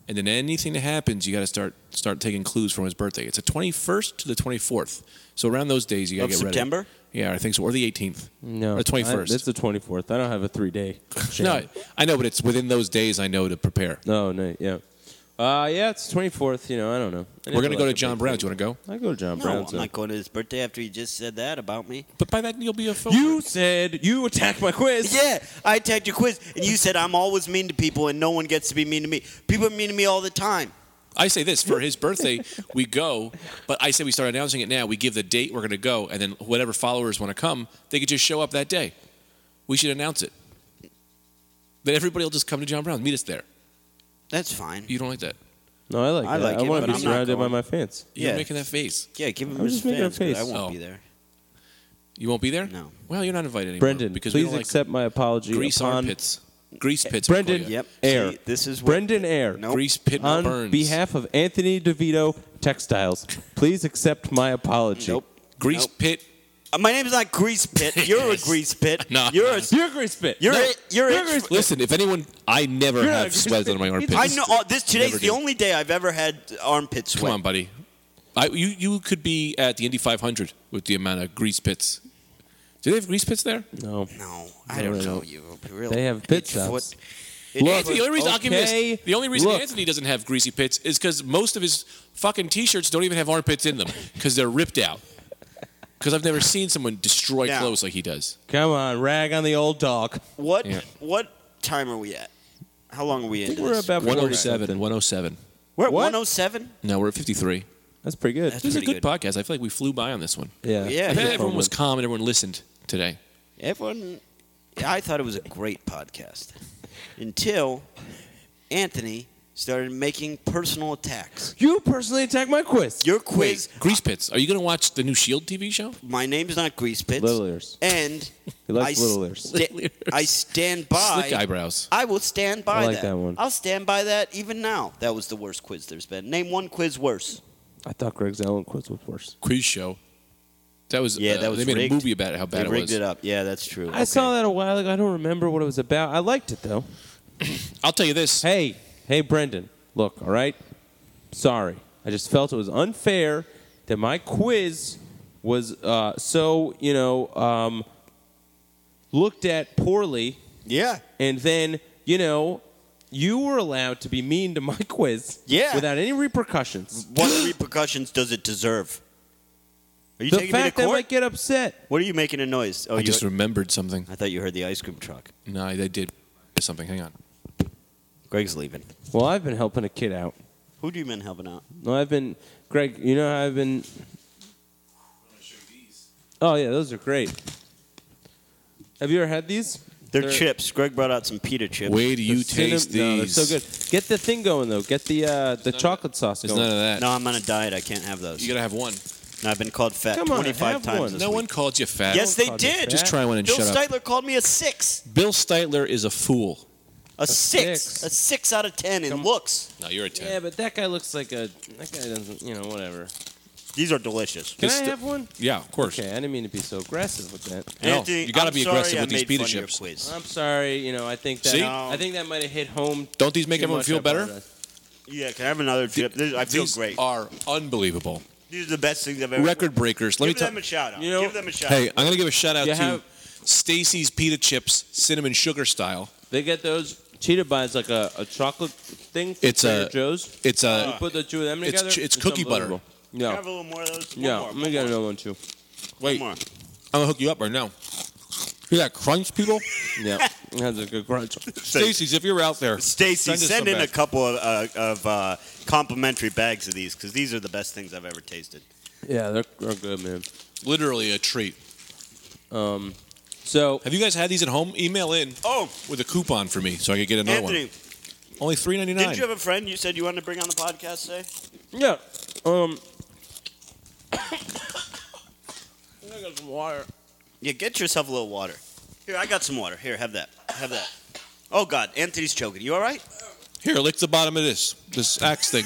B: and then anything that happens, you got to start start taking clues from his birthday. It's the 21st to the 24th. So around those days, you got to
A: Of
B: get
A: September?
B: ready. Yeah, I think so, or the 18th.
D: no,
B: or the 21st.
D: I, it's the twenty fourth. I don't have a three day.
B: no, I know, but it's within those days I know to prepare.
D: No, no, yeah. Uh, yeah, it's twenty fourth. You know, I don't know. I
B: We're
D: never
B: gonna go to
D: liked a
B: John
D: big
B: Brown.
D: thing.
B: Do you want to go?
D: I go to John
A: No,
D: Brown.
A: I'm
D: so-
A: not going to his birthday after you just said that about me.
B: But by then you'll be a film.
D: You said you attacked my quiz.
A: Yeah, I attacked your quiz, and you said I'm always mean to people, and no one gets to be mean to me. People are mean to me all the time.
B: I say this for his birthday, we go, but I say we start announcing it now. We give the date we're going to go, and then whatever followers want to come, they could just show up that day. We should announce it. Then everybody will just come to John Brown. Meet us there.
A: That's fine.
B: You don't like that?
D: No, I like.
A: I
D: that.
A: like
D: I
A: it,
D: want to
A: but
D: be
A: I'm not
D: surrounded by
A: going.
D: my fans.
B: You're
A: Yeah.
B: making that face.
A: Yeah, give him
D: I'm
A: his
D: just making a
A: fans. 'cause I
D: face.
A: won't
B: Oh.
A: be there.
B: You won't be there?
A: No.
B: Well, you're not invited anymore.
D: Brendan,
B: because we
D: please
B: don't
D: accept my apology.
B: like grease
D: upon
B: armpits. Grease pits. we
D: Brendan,
B: call you.
A: Yep.
D: Air.
A: See, this is what-
D: Brendan Air.
A: Nope.
B: Grease pit
D: On
B: burns.
D: behalf of Anthony DeVito Textiles, please accept my apology.
A: Nope.
B: Grease
A: Nope.
B: pit.
A: Uh, My name's not Grease Pit. You're a Grease Pit.
B: No.
A: You're a.
D: You're a grease pit.
A: You're
D: No,
A: a- you're a-
D: a grease pit.
B: Listen, if anyone, I never
D: You're not a
B: have
D: grease
B: sweat
D: pit.
B: on my armpits.
A: I know. Oh, this today's
B: Never
A: the
B: do.
A: only day I've ever had armpit sweat.
B: Come on, buddy. I, you, you could be at the Indy 500 with the amount of grease pits. Do they have grease pits there?
D: No.
A: No,
D: No,
A: I don't
D: they
A: know
D: don't.
A: you. Really,
D: They have pit
A: Itch foot.
D: stops.
A: Itch
D: Look,
B: Anthony, the only reason I'll give you
D: Okay,
B: this, the only reason
D: look.
B: Anthony doesn't have greasy pits is because most of his fucking t-shirts don't even have armpits in them because they're ripped out. Because I've never seen someone destroy
A: Now-
B: clothes like he does.
D: Come on, rag on the old dog.
A: Oh, What
B: Yeah.
A: what time are we at? How long are we
D: I
A: in?
D: think we're about
B: 107 and 107.
A: We're at
D: What?
A: 107.
B: No, we're at 53.
D: That's pretty good.
A: That's
B: This is a
A: pretty
B: good, podcast. I feel like we flew by on this one.
D: yeah.
B: I
A: Yeah. Hey,
B: bet
A: yeah.
B: everyone was calm and everyone listened today.
A: Everyone, yeah, I thought it was a great podcast until Anthony started making personal attacks.
D: You personally attacked my quiz.
A: Your quiz.
B: Wait, grease pits. Are you going to watch the new Shield TV show?
A: My name's not Grease Pits.
D: Little ears.
A: And
D: He likes
A: I
D: little ears.
A: sta-
B: Little ears.
A: I stand by.
B: Slick eyebrows.
A: I will stand by
D: I like that one.
A: I'll stand by that even now. That was the worst quiz there's been. Name one quiz worse.
D: I thought Greg's Allen quiz was worse.
B: Quiz show. That was
A: Yeah,
B: uh,
A: that was
B: They made
A: rigged.
B: a movie about it, how bad
A: they
B: it
A: rigged
B: was.
A: it up. Yeah, that's true.
D: I saw that a while ago. I don't remember what it was about. I liked it though.
B: I'll tell you this.
D: Hey, hey, Brendan. Look, all right. Sorry, I just felt it was unfair that my quiz was uh, so you know um, looked at poorly,
A: Yeah.
D: and then you know you were allowed to be mean to my quiz,
A: Yeah.
D: without any repercussions.
A: What repercussions does it deserve? Are you
D: the
A: taking me to
D: fact that I
A: court?
D: might get upset.
A: What are you making a noise? Oh,
B: I
A: you,
B: just remembered something.
A: I thought you heard the ice cream truck.
B: No, I, I did something. Hang on.
A: Greg's leaving.
D: Well, I've been helping a kid out.
A: Who do you been helping out?
D: No, I've been Greg. You know how I've been. Oh yeah, those are great. Have you ever had these?
A: They're,
D: They're-
A: chips. Greg brought out some pita chips.
B: Way do you
D: Cinnamon-
B: taste
D: no, they're
B: these?
D: so good. Get the thing going though. Get the uh, the chocolate sauce
B: There's
D: going.
B: none of that.
A: No, I'm on a diet. I can't have those.
B: You gotta have one.
A: No, I've been called fat
D: Come on,
A: 25
D: have
A: times
D: one.
A: this
B: No
A: week.
B: one called you fat.
A: Yes, they
D: call me
A: did.
D: fat.
B: Just try one and
A: Bill
B: shut up.
A: Steitler called me a six.
B: Bill Steitler is a fool.
A: A six.
D: six.
A: A six out of ten in looks.
B: No, you're a ten.
D: yeah, but that guy looks like a that guy doesn't. You know, whatever.
A: These are delicious.
D: Can
B: Just
D: I
B: the-
D: have one?
B: Yeah, of course.
D: Okay, I didn't mean to be so aggressive with that.
B: No,
A: Anthony,
B: you gotta
A: I'm
B: be
A: sorry
B: aggressive
A: I
B: with these
A: made
B: pita
A: fun of your
B: chips.
A: quiz.
D: I'm sorry. You know, I think that
B: See?
D: I think that might have hit home.
B: Don't these make
D: too
B: everyone
D: much.
B: feel
D: I
B: better?
D: apologize.
A: Yeah, can I have another chip? This- I feel
B: These
A: great.
B: are unbelievable.
A: These are the best things I've ever.
B: Record breakers. Let
A: Give them
B: me
A: a shout out.
D: You know-
A: Give them a shout
B: tell. Hey,
A: out.
B: I'm gonna give a shout out
D: You
B: to
D: have-
B: Stacy's Pita Chips, cinnamon sugar style.
D: They get those cheetah bites like a, a chocolate thing. From
B: It's a-
D: Trader Joe's.
B: It's uh, a
A: Ah,
D: you put the two of them
B: it's
D: together.
B: ch- it's cookie butter.
D: unbelievable.
A: Can I
D: Yeah,
A: have a little more of those? One
D: yeah.
A: more,
D: I'm
A: one
D: gonna get
A: more,
D: another one too.
B: wait.
A: one more.
B: I'm gonna hook you up right now. Hear that crunch, people?
D: Yeah, that's a good crunch.
B: Stacy's, if you're out there,
A: Stacy,
B: Send us
A: send
B: some
A: in a
B: back.
A: couple of, uh, of uh, complimentary bags of these because these are the best things I've ever tasted.
D: Yeah, they're, they're good, man.
B: literally a treat.
D: Um, so
B: Have you guys had these at home? Email in
A: Oh,
B: with a coupon for me so I could get another
A: Anthony,
B: one. Only three ninety
A: didn't
B: nine.
A: you have a friend you said you wanted to bring on the podcast today?
D: yeah, um, I got some water.
A: Yeah, get yourself a little water. Here, I got some water. Here, have that. Have that. Oh God, Anthony's choking. You all right?
B: Here, lick the bottom of this this axe thing.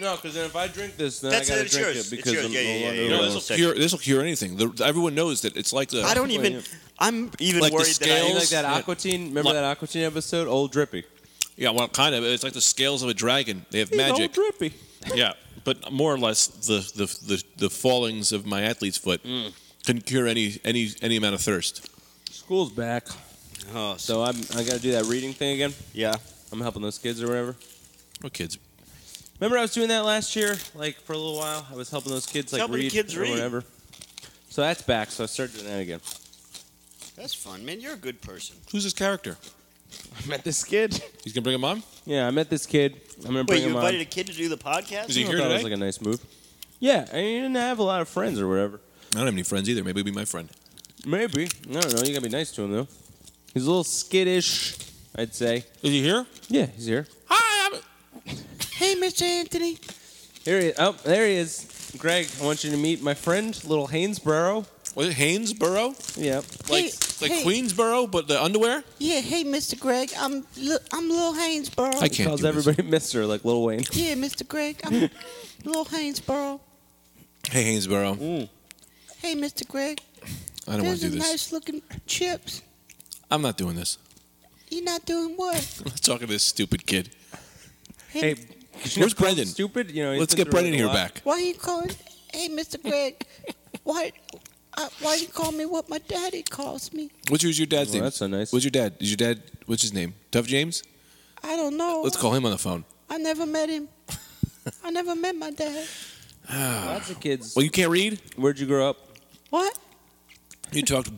D: No, because then if I drink this, then
A: That's it,
D: I gotta
A: it's
D: drink
A: yours.
D: it
A: It's
D: because
A: yours.
D: I'm
A: Yeah, yeah, yeah, yeah.
B: You know,
A: No,
D: no,
B: this will
A: second.
B: cure. This will cure anything. The, everyone knows that it's like the.
A: I don't even. I'm even
B: Like the
A: worried that I,
B: scales?
D: like that
B: Yeah.
D: Aquatine. Remember that
B: Like-
D: Aquatine episode? Old Drippy.
B: Yeah, well, kind of. It's like the scales of a dragon. They have
D: He's Old
B: magic.
D: Drippy.
B: Yeah, but more or less, the the the, the fallings of my athlete's foot can cure any any any amount of thirst.
D: School's back,
A: Oh, so
D: so I'm I gotta do that reading thing again.
A: yeah.
D: I'm helping those kids or whatever.
B: Oh, kids.
D: Remember, I was doing that last year, like for a little while. I was helping those kids like
A: Helping
D: read
A: kids
D: or
A: read.
D: whatever. So that's back. So I started doing that again.
A: That's fun, man. You're a good person.
B: Who's this character?
D: I met this kid.
B: He's gonna bring him on.
D: Yeah, I met this kid. I'm gonna bring
A: Wait, you
D: him
A: invited
D: on.
A: a kid to do the podcast?
B: Is he
D: I
B: here
D: thought it was
B: today?
D: like a nice move. Yeah, I didn't have a lot of friends or whatever.
B: I don't have any friends either. Maybe he'll be my friend.
D: Maybe I don't know. You gotta be nice to him though. He's a little skittish, I'd say.
B: Is he here?
D: Yeah, he's here.
B: Hi. I'm...
A: Hey, Mr. Anthony.
D: Here he. Oh, there he is. Greg, I want you to meet my friend, little Hainesboro.
B: Was it Hainesboro?
D: Yeah.
B: Like like Queensboro, but the underwear.
F: Yeah, hey, Mr. Greg, I'm Lil- I'm Lil Hainesboro.
B: I can't.
D: Calls
B: do this.
D: everybody Mister, like Lil Wayne.
F: yeah, Mr. Greg, I'm Lil Hainesboro.
B: Hey Hainesboro.
F: Hey, Mr. Greg,
B: I don't want
F: there's
B: to
F: a
B: do this.
F: nice looking chips.
B: I'm not doing this.
F: You not doing what?
B: I'm not talking to this stupid kid.
D: Hey,
B: Where's Brendan?
D: Stupid. You know. he's
B: Let's
D: been
B: get
D: through
B: Brendan
D: a
B: here
D: lot.
B: back.
F: Why you calling? Hey, Mr. Greg, why uh, why you call me what my daddy calls me?
B: What's your, what's your dad's
D: Well,
B: name?
D: that's so nice.
B: What's your dad? Is your dad? What's his name? Tough James.
F: I don't know.
B: Let's call him on the phone.
F: I never met him. I never met my dad.
B: Ah.
D: Lots of kids.
B: Well, you can't read.
D: Where'd you grow up?
F: What?
B: You talked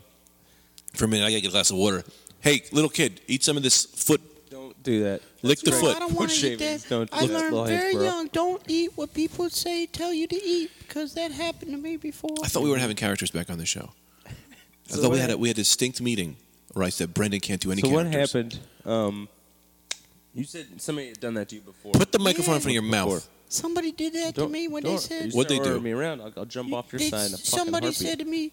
B: for a minute. I gotta get a glass of water. Hey, little kid, eat some of this foot.
D: Don't do that.
B: Lick the
F: no,
B: foot.
F: I don't want to eat
D: shavings
F: that.
D: don't
F: I
D: look at
F: learned
D: Lil
F: very
D: Hainesboro.
F: young. Don't eat what people say tell you to eat because that happened to me before.
B: I thought we weren't having characters back on the show. I
D: So
B: thought we
D: what
B: had a, we had a distinct meeting, right? That Brendan can't do any.
D: So what
B: characters.
D: happened? Um, you said somebody had done that to you before.
B: Put the microphone in
F: Yeah.
B: front of your mouth.
F: Somebody did that to
D: Don't-
F: me when
D: don't-
F: they
D: you
F: said.
D: start
B: they do?
D: ordering Me around, I'll, I'll jump off your
F: they-
D: side. in a fucking
F: somebody
D: heartbeat.
F: said to me,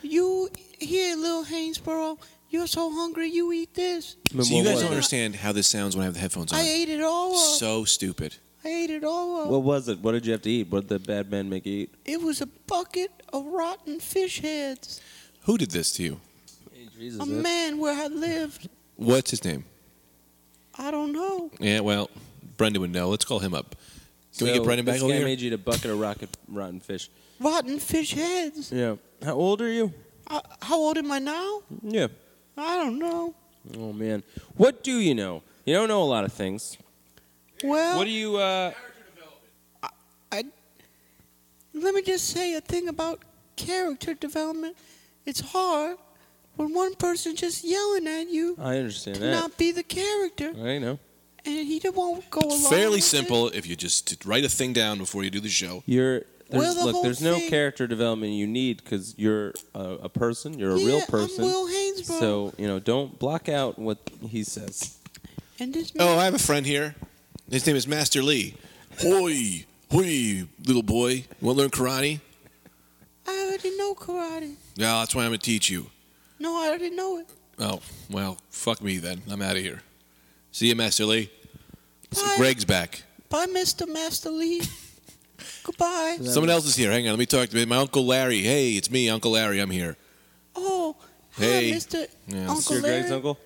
F: "You here, little Hainesboro? You're so hungry. You eat this.
D: Remember
B: So you
D: what
B: guys
D: was
B: don't
D: it?
B: understand how this sounds when I have the headphones on.
F: I ate it all up.
B: so stupid.
F: I ate it all up.
D: What was it? What did you have to eat? What did the bad man make you eat?
F: it was a bucket of rotten fish heads.
B: Who did this to you?
D: Jesus,
F: A man where I lived.
B: What's his name?
F: I don't know.
B: Yeah, well, Brendan would know. Let's call him up. Can we get Brendan back
D: this
B: over
D: guy
B: here?
D: made you eat a bucket of rocket, rotten fish.
F: Rotten fish heads.
D: Yeah. How old are you?
F: I, how old am I now?
D: Yeah.
F: I don't know.
D: Oh man, what do you know? You don't know a lot of things.
F: Well,
D: What do you? uh
F: Let me just say a thing about character development. It's hard when one person just yelling at you
D: I understand
F: to
D: that.
F: not be the character,
D: I know.
F: and he just won't go along.
B: Fairly
F: with it.
B: simple if you just write a thing down before you do the show.
D: You're There's,
F: the
D: look,
F: whole
D: there's no
F: thing-
D: character development you need because you're a, a person. You're a
F: yeah,
D: real person.
F: I'm Will Hainsborough.
D: so you know, don't block out what he says.
F: and this man,
B: Oh, I have a friend here. His name is Master Lee. Hoi, hoi, little boy. Want to learn karate?
F: I already know karate.
B: Yeah, that's why I'm gonna teach you.
F: No, I already know it.
B: Oh, well, fuck me then. I'm out of here. See you, Master Lee. So
F: Bye.
B: Greg's back.
F: Bye, Mr. Master Lee. Goodbye.
B: Someone else is here. Hang on, let me talk to my uncle Larry. Hey, it's me, Uncle Larry. I'm here.
F: Oh,
B: Hey.
F: hi, Mr.
B: Yeah,
D: Is
F: Uncle
D: your
F: Larry.
D: Greg's uncle?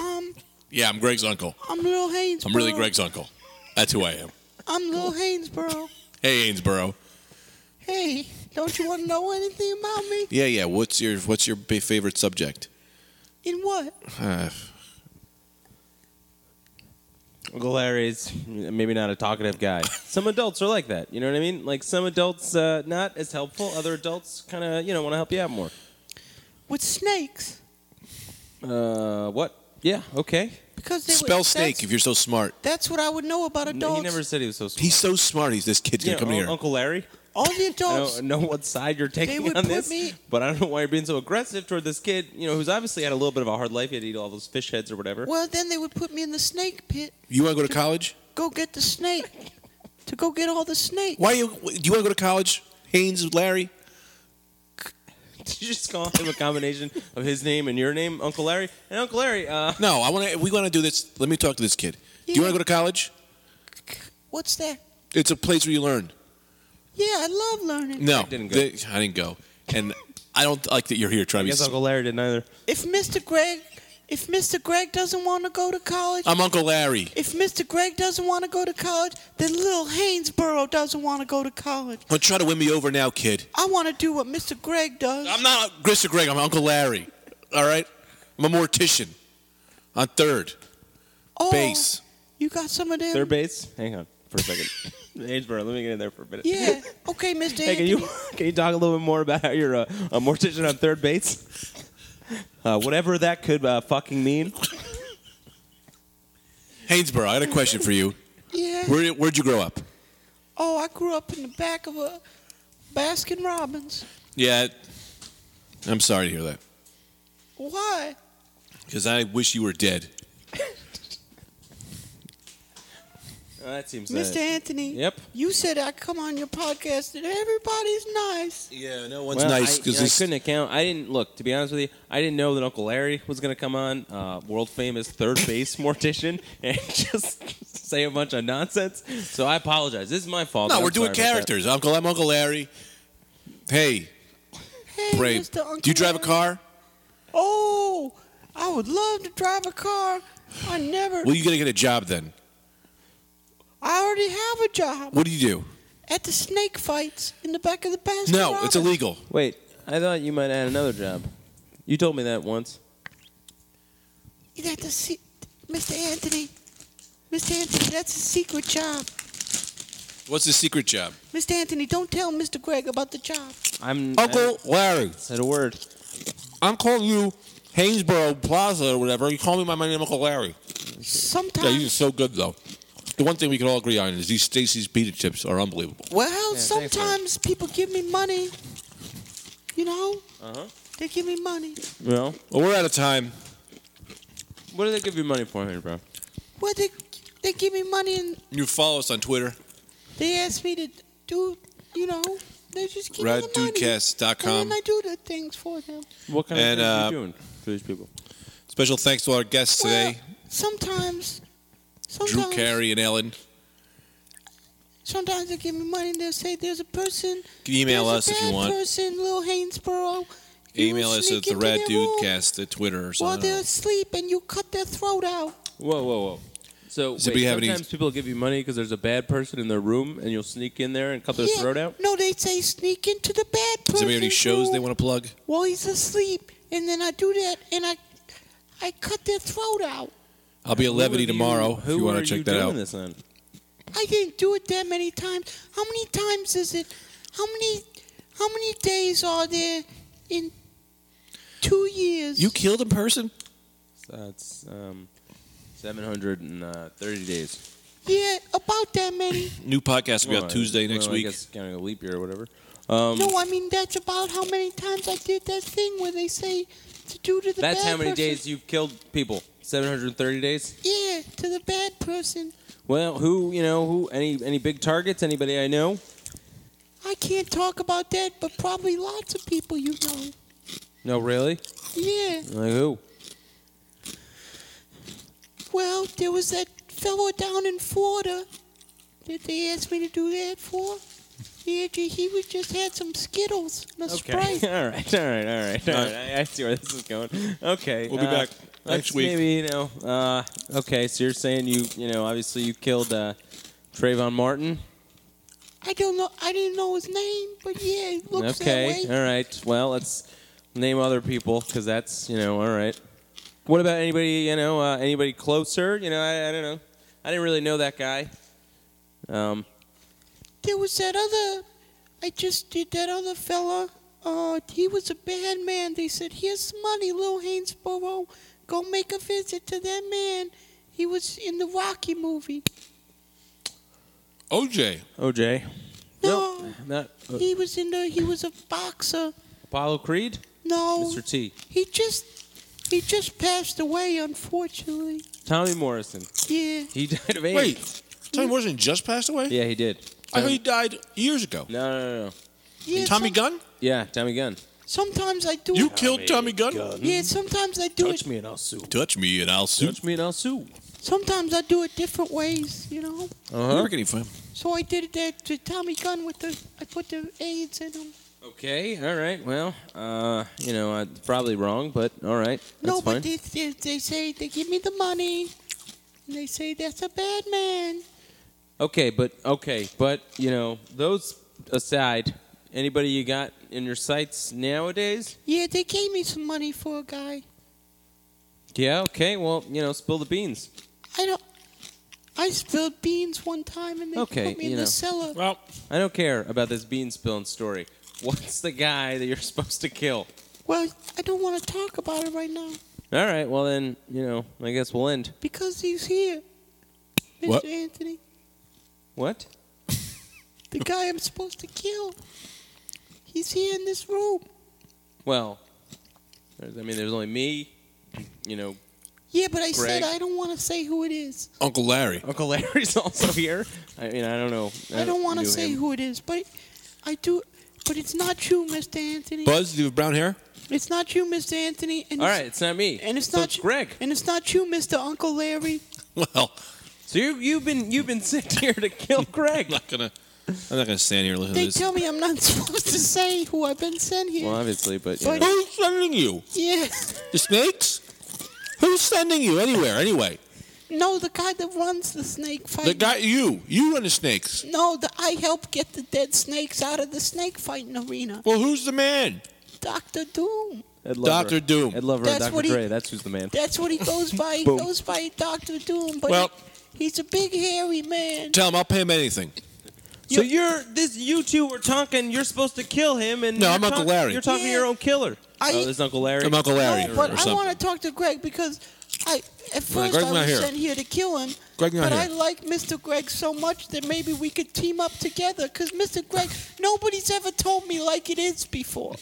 F: Um,
B: Yeah, I'm Greg's uncle.
F: I'm Lil Hainsborough.
B: I'm really Greg's uncle. That's who I am.
F: I'm Lil Hainsborough.
B: Hey, Ainsborough.
F: Hey, don't you want to know anything about me?
B: Yeah, yeah. What's your What's your ba- favorite subject?
F: In what?
B: Uh,
D: Uncle Larry's maybe not a talkative guy. Some adults are like that. You know what I mean? Like some adults uh, not as helpful. Other adults kind of you know want to help you out more.
F: With snakes.
D: Uh, what? Yeah. Okay.
F: Because they would-
B: spell snake if
F: That's,
B: you're so smart.
F: that's what I would know about
D: No,
F: adults.
D: he never said he was so. Smart.
B: He's so smart. He's this kid's
D: you
B: gonna
D: know,
B: come
D: Un-
B: here.
D: Uncle Larry.
F: All the
D: I
F: adults.
D: don't know what side you're taking
F: would
D: on
F: put
D: this,
F: me-
D: but I don't know why you're being so aggressive toward this kid. You know, who's obviously had a little bit of a hard life. He had to eat all those fish heads or whatever.
F: Well, then they would put me in the snake pit.
B: You want to go to college?
F: Go get the snake. to go get all the snakes.
B: Why you? Do you want to go to college? Haynes, Larry.
D: Did you just call him a combination of his name and your name, Uncle Larry? And Uncle Larry, uh,
B: No, I want to. We want to do this. Let me talk to this kid. Do you want to go to college?
F: What's that?
B: It's a place where you learn.
F: Yeah, I love learning.
B: No,
D: didn't go.
B: they- I didn't go, and I don't like that you're here trying
D: I
B: to. Be,
D: guess
B: s-
D: Uncle Larry didn't either.
F: If Mr. Greg, if Mr. Greg doesn't want to go to college,
B: I'm Uncle Larry.
F: if Mr. Greg doesn't want to go to college, then little Hainesboro doesn't want to go to college.
B: Don't try to win me over now, kid.
F: I want to do what Mr. Greg does.
B: I'm not Grista Greg. I'm Uncle Larry. All right, I'm a mortician. On third
F: oh,
B: base.
F: You got some of them?
D: Third base? Hang on for a second. Ainsborough, let me get in there for a minute.
F: Yeah. Okay, Mr.
D: Hey, can
F: Anthony.
D: you can you talk a little bit more about how you're a, a mortician on third base? Uh, whatever that could uh, fucking mean.
B: Hainesboro, I had a question for you.
F: Yeah.
B: Where, where'd you grow up?
F: Oh, I grew up in the back of a Baskin Robbins.
B: Yeah, I'm sorry to hear that.
F: Why?
B: Because I wish you were dead.
D: Uh, that seems. uh,
F: Mr. Anthony,
D: Yep.
F: you said I come on your podcast and everybody's nice.
B: Yeah, no one's
D: Well, I,
B: nice because
D: you know, I couldn't account. I didn't look. To be honest with you, I didn't know that Uncle Larry was going to come on, uh, world famous third base mortician, and just say a bunch of nonsense. So I apologize. This is my fault.
B: no,
D: I'm
B: we're doing
D: sorry about
B: characters. Uncle, I'm Uncle Larry. Hey,
F: Hey,
B: Brave.
F: Mr. Uncle
B: Do you drive a
F: Larry.
B: car?
F: Oh, I would love to drive a car. I never.
B: Well, you're gonna get a job then.
F: I already have a job
B: What do you do?
F: at the snake fights in the back of the Baskin
B: No,
F: Robbins.
B: it's illegal.
D: that. Wait, I thought you might add another job. You told me that once.
F: You got to see, Mr. Anthony. Mr. Anthony, that's a secret job.
B: What's the secret job?
F: Mr. Anthony, don't tell Mr. Greg about the job.
D: I'm
B: Uncle Larry,
D: I said a word.
B: I'm calling you Hainesboro Plaza or whatever. You call me by my name, Uncle Larry. Yeah,
F: Sometimes.
B: he's so good though. The one thing we can all agree on is these Stacy's pita chips are unbelievable.
F: well,
D: thanks, Larry.
F: sometimes people give me money. You know?
D: Uh-huh.
F: They give me money.
D: Well,
B: Well, we're out of time.
D: what do they give you money for here, bro?
F: Well, they, they give me money and
B: You follow us on Twitter,
F: they ask me to do, you know, they just give me the money. And
B: raddudecast.com.
F: then I do the things for them.
D: What kind
B: And,
D: of things
B: uh,
D: are you doing for these people?
B: Special thanks to our guests today,
F: Well, sometimes,
B: Drew
F: sometimes,
B: Carey and Ellen.
F: sometimes they give me money and they'll say, "There's a person."
B: You can email us
F: there's a
B: if
F: bad
B: you want.
F: Person, Lil Hainsborough. You
B: Email us
F: sneak
B: at the
F: into
B: Rad
F: their
B: Dude uh,
F: room
B: Cast at Twitter or
F: While
B: something.
F: they're asleep, and you cut their throat out.
D: Whoa, whoa, whoa. So,
B: So
D: wait,
B: we have any-
D: sometimes people give you money because there's a bad person in their room, and you'll sneak in there and cut their
F: Yeah.
D: throat out.
F: No, they say sneak into the bad person.
B: Does anybody have any shows they
F: room
B: want to plug?
F: While he's asleep, and then I do that, and I, I cut their throat out.
B: I'll be at
D: Who
B: Levity
D: are you-
B: tomorrow if
D: who
B: you want
D: are
B: to check
D: doing
B: that out.
D: This on?
F: I didn't do it that many times. How many times is it? How many how many days are there in two years?
B: You killed a person?
D: That's um, 730 uh, days.
F: Yeah, about that many.
B: New podcast will be
D: Well,
B: out Tuesday next
D: well,
B: week.
D: I guess counting a leap year or whatever. Um,
F: No, I mean that's about how many times I did that thing where they say to do to the
D: that's
F: bad
D: how many
F: person.
D: days you've killed people. 730 days.
F: Yeah, to the bad person.
D: Well, who you know? Who any any big targets? Anybody I know?
F: I can't talk about that, but probably lots of people you know.
D: No, really?
F: Yeah.
D: Like who?
F: Well, there was that fellow down in Florida that they asked me to do that for. Yeah, gee, he was just had some Skittles and a Sprite.
D: all right. All right. All right. All right. I- I see where this is going. Okay.
B: We'll be
D: uh,
B: back
D: let's
B: next week.
D: Maybe you know. Uh, okay. So you're saying you you know obviously you killed uh, Trayvon Martin.
F: I don't know. I didn't know his name, but yeah, it looks
D: okay.
F: that way.
D: All right. Well, let's name other people because that's you know all right. What about anybody you know? Uh, anybody closer? You know, I, I don't know. I didn't really know that guy. Um,
F: There was that other. I just did that other fella. Uh, he was a bad man. They said, "Here's some money, Lil Hainsborough. Go make a visit to that man." He was in the Rocky movie.
G: OJ.
D: OJ.
F: No,
D: Not uh,
F: he was in the. He was a boxer.
D: Apollo Creed.
F: No,
D: Mr. T.
F: he just he just passed away, unfortunately.
D: Tommy Morrison.
F: Yeah,
D: He died of AIDS.
G: Wait, Tommy Morrison just passed away?
D: Yeah, he did.
G: I thought he died years ago.
D: No, no, no, no.
F: yeah.
G: Tommy
F: some-
G: Gunn?
D: Yeah, Tommy Gunn.
F: Sometimes I do
G: You
F: it.
G: killed Tommy Gunn?
F: Yeah, sometimes I do it.
D: me and I'll sue.
G: Touch me and I'll sue.
D: Touch me and I'll sue.
F: Sometimes I do it different ways, you know.
D: Uh huh.
G: getting fun.
F: So I did that to Tommy Gunn with the I put the AIDS in him.
D: Okay. All right. Well, uh, you know, I'm probably wrong, but all right. That's
F: no,
D: fine.
F: but they, they, they say they give me the money. And they say that's a bad man.
D: Okay, but okay, but you know, those aside, anybody you got in your sights nowadays?
F: Yeah, they gave me some money for a guy.
D: Yeah. Okay. Well, you know, spill the beans.
F: I don't. I spilled beans one time and they
D: Okay,
F: put me in
D: you
F: the
D: know.
F: cellar.
B: Well,
D: I don't care about this bean spilling story. What's the guy that you're supposed to kill?
F: Well, I don't want to talk about it right now
D: All right. Well, then, you know, I guess we'll end.
F: because he's here. Mr.
G: What?
F: Anthony,
D: What?
F: the guy I'm supposed to kill. He's here in this room.
D: Well, there's- I mean, there's only me, you know,
F: Yeah, but I
D: Greg.
F: said I don't want to say who it is.
G: Uncle Larry.
D: Uncle Larry's also here. I mean, I don't know.
F: I don't want to
D: knew
F: say
D: Uh, him.
F: who it is, but I do. But it's not you, Mr. Anthony.
G: Buzz, you have brown hair?
F: it's not you, Mr. Anthony. And
D: All
F: it's-
D: right, it's not me.
F: And it's
D: So
F: not you,
D: Greg.
F: And it's not you, Mr. Uncle Larry.
G: Well,
D: So you, you've been you've been sent here to kill Greg.
B: I'm not gonna. I'm not gonna stand here and listen
F: They
B: to this.
F: tell me I'm not supposed to say who I've been sent here.
D: well, obviously, but you
F: But-
D: know.
G: who's sending you?
F: Yeah.
G: The snakes? Who's sending you anywhere anyway?
F: No, the guy that runs the snake fight.
G: The guy, you. You run the snakes.
F: No, the, I help get the dead snakes out of the snake fighting arena.
G: Well, who's the man?
F: Doctor Doom.
D: Ed
G: Dr. Doom.
D: Ed Lover and
F: That's
D: Dr.
F: what he-
D: Dre. That's who's the man.
F: That's what he goes by. He
D: Boom.
F: goes by Doctor Doom, but
G: Well-
F: he- he's a big hairy man.
G: Tell him I'll pay him anything.
D: So you're this. You two were talking. You're supposed to kill him, and
G: No,
D: you're
G: I'm Uncle
D: talk-
G: Larry.
D: You're talking to your own killer.
F: I-
D: oh, this is Uncle Larry.
G: I'm Uncle Larry.
F: No,
G: or
F: but I
G: something.
F: want to talk to Greg because I at first
G: Greg's
F: I
G: not
F: was
G: here.
F: sent here to kill him.
G: Greg's not
F: but I
G: here.
F: like Mr. Greg so much that maybe we could team up together. Because Mr. Greg, nobody's ever told me like it is before,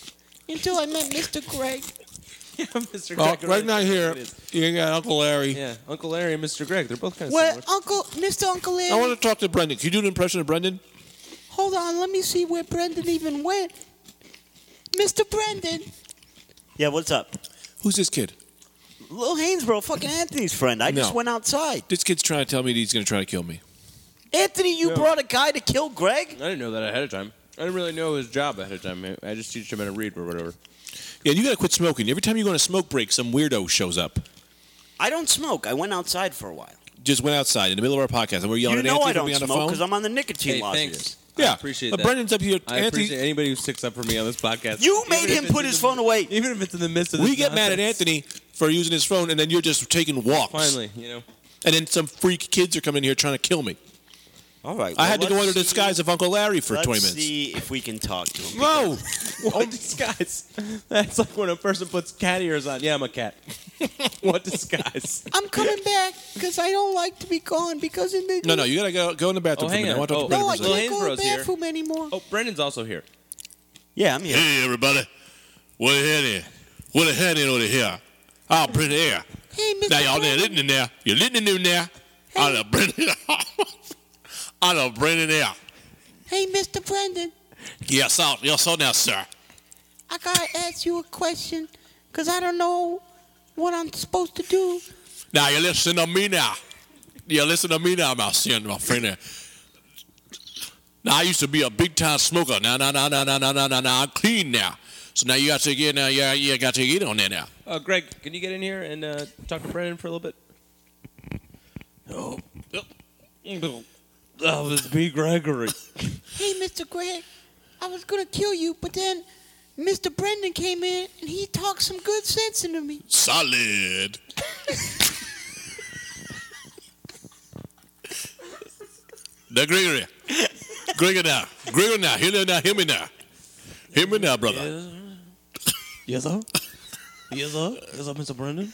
F: until I met Mr. Greg.
D: yeah, Mr.
B: Oh,
G: Well,
D: Greg.
G: Oh, right now here,
D: It is.
G: you got Uncle Larry.
D: Yeah, Uncle Larry and Mr. Greg. They're both kind of
F: Well,
D: similar.
F: Uncle, Mr. Uncle Larry.
G: I want to talk to Brendan. Can you do an impression of Brendan?
F: Hold on, let me see where Brendan even went. Mr. Brendan,
A: Yeah, what's up?
G: Who's this kid?
A: Lil Hainsborough, fucking Anthony's friend. I just
G: No.
A: went outside.
G: This kid's trying to tell me that he's going to try to kill me.
A: Anthony, you brought a guy to kill Greg?
D: I didn't know that ahead of time. I didn't really know his job ahead of time. I just teach him how to read or whatever.
G: Yeah, you got to quit smoking. Every time you go on a smoke break, some weirdo shows up.
A: I don't smoke. I went outside for a while.
G: Just went outside in the middle of our podcast, and we're yelling
A: You
G: at
A: know
G: Anthony
A: I
G: for
A: don't
G: being on the
A: smoke
G: phone.
A: because I'm on the nicotine
D: Hey,
A: lozenges.
D: thanks.
G: yeah,
D: I appreciate
G: but
D: that.
G: Brendan's up here.
D: I appreciate
G: Anthony,
D: anybody who sticks up for me on this podcast.
A: You
D: Even
A: made
D: if
A: him
D: it's
A: put
D: in
A: his
D: the-
A: phone away.
D: Even if it's in the midst of this
G: we get mad at
D: nonsense.
G: Anthony for using his phone, and then you're just taking walks.
D: Finally, you know.
G: And then some freak kids are coming in here trying to kill me.
A: All right.
B: I had to
A: well,
B: go under
A: let's
B: the disguise of Uncle Larry for
A: let's
B: 20 minutes.
A: see if we can talk to him.
B: Whoa!
D: What disguise? That's like when a person puts cat ears on. Yeah, I'm a cat. what disguise?
F: I'm coming back because I don't like to be gone because in the
B: No, no, you gotta go go in the
D: Oh,
B: bathroom for a
D: hang
B: minute. I
D: on.
B: want to
D: Oh,
B: talk
F: no, I
B: about
D: Brandon Rosenberg.
F: can't go
D: Lil'
F: to the
D: Hansborough's here.
F: bathroom anymore.
D: Oh, Brendan's also here.
A: Yeah, I'm here.
B: oh, Hey, everybody. What the hell there? What the hell in over here? Oh, Brenda here.
F: Hey, Mr.
B: Now, y'all there
F: Brandon,
B: listening there. You're listening in there. I done Brenda I done Brenda there.
F: hey, Mr. Brendan,
B: Yes, sir. Yes, sir now, sir.
F: I gotta ask you a question because I don't know what I'm supposed to do.
B: Now, you listen to me now. You listen to me now, my son, my friend there. Now, I used to be a big-time smoker. Now, now, now, now, now, now, now, now, now, I'm clean now. So now you got to get now, yeah, you got to get on there now.
D: Uh, Greg, can you get in here and uh, talk to Brendan for a little bit? Oh, oh this be Gregory.
F: Hey, Mr. Greg, I was gonna kill you, but then Mr. Brendan came in and he talked some good sense into me.
B: Solid. now, Gregory. Gregory now. Gregory now. Hear, me now. Hear me now. Hear me now, brother.
D: yes, sir. Yes, sir. Yes, sir, Mr. Brendan.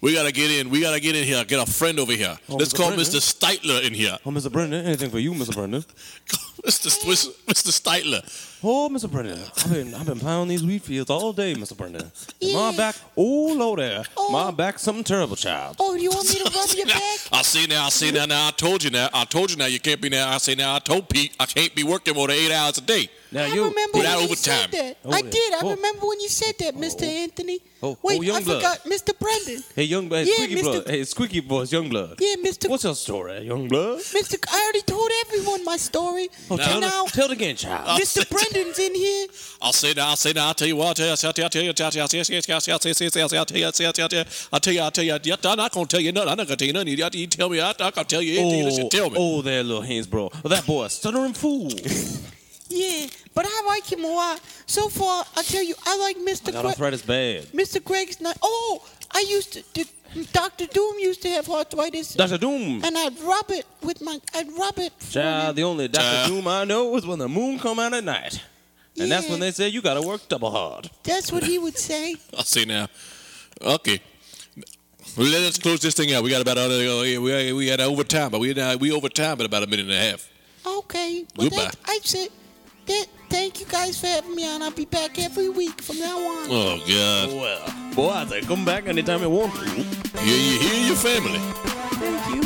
B: We got to get in. We got to get in here. Get a friend over here.
D: Oh,
B: Let's
D: Mr.
B: call
D: Brennan.
B: Mr. Steitler in here.
D: Oh, Mr. Brendan, anything for you, Mr. Brendan.
B: Mr. Swiss- Mr. Steitler.
D: Oh, Mr. Brendan, I've been, I've been plowing these wheat fields all day, Mr. Brendan. And My back, oh, Lord, there. My back, something terrible, child.
F: Oh, do you want me to rub your back?
B: I see now. I see now. Now I told you now. I told you now. You can't be now. I say now. I told Pete I can't be working more than eight hours a day.
D: Now,
F: I
D: you.
F: remember
B: without
F: when you
B: overtime.
F: said that.
D: Oh,
F: I
D: yeah.
F: did. I
D: Oh.
F: remember when you said that, Mr. Anthony.
D: Oh,
F: Wait,
D: oh,
F: I
D: Youngblood.
F: forgot, Mr. Brendan.
D: Hey, young blood,
F: Yeah,
D: squeaky
F: Mr.
D: blood. Hey, squeaky boys, young blood.
F: Yeah, Mr.
D: What's your story, young blood?
F: Mr. I already told everyone my story.
D: Oh, tell,
F: and now
D: it, tell it again, child.
F: Mr. Brendan's in here.
B: I'll say now. I'll say now. I'll tell you what. I'll tell you. I'll tell you. I'll tell you. I'll tell you. I'll tell you. I'll tell you. I'll tell you. I'll tell you. I'll tell you. I'll tell you. I'll tell you. I'll tell you. I'm not gonna tell you nothing. I'm not gonna tell you nothing. You- You tell me. I'm not gonna tell you anything. unless You tell me.
D: oh, there, little Hainsborough. Oh, that boy, a stuttering fool.
F: Yeah, but I like him a lot. So far, I tell you, I like Mr.
D: I got
F: Gre-
D: arthritis bad.
F: Mr. Greg's not. Oh, I used to. Did, Dr. Doom used to have arthritis.
D: Doctor Doom.
F: and I'd rub it with my. I'd rub it. for him.
D: Child, the only Doctor Doom I know is when the moon come out at night, and that's
F: Yeah,
D: when they say you gotta work double hard.
F: That's what he would say.
B: I'll say now. Okay. Let's close this thing out. We got about uh, we we had overtime, but we now we overtime in about a minute and a half.
F: Okay. Well,
B: Goodbye.
F: that- I said that. Thank you guys for having me on. I'll be back every week from now on.
B: Oh God.
D: Well, boy, I say come back anytime you want to.
B: You, you hear your family.
F: Thank you.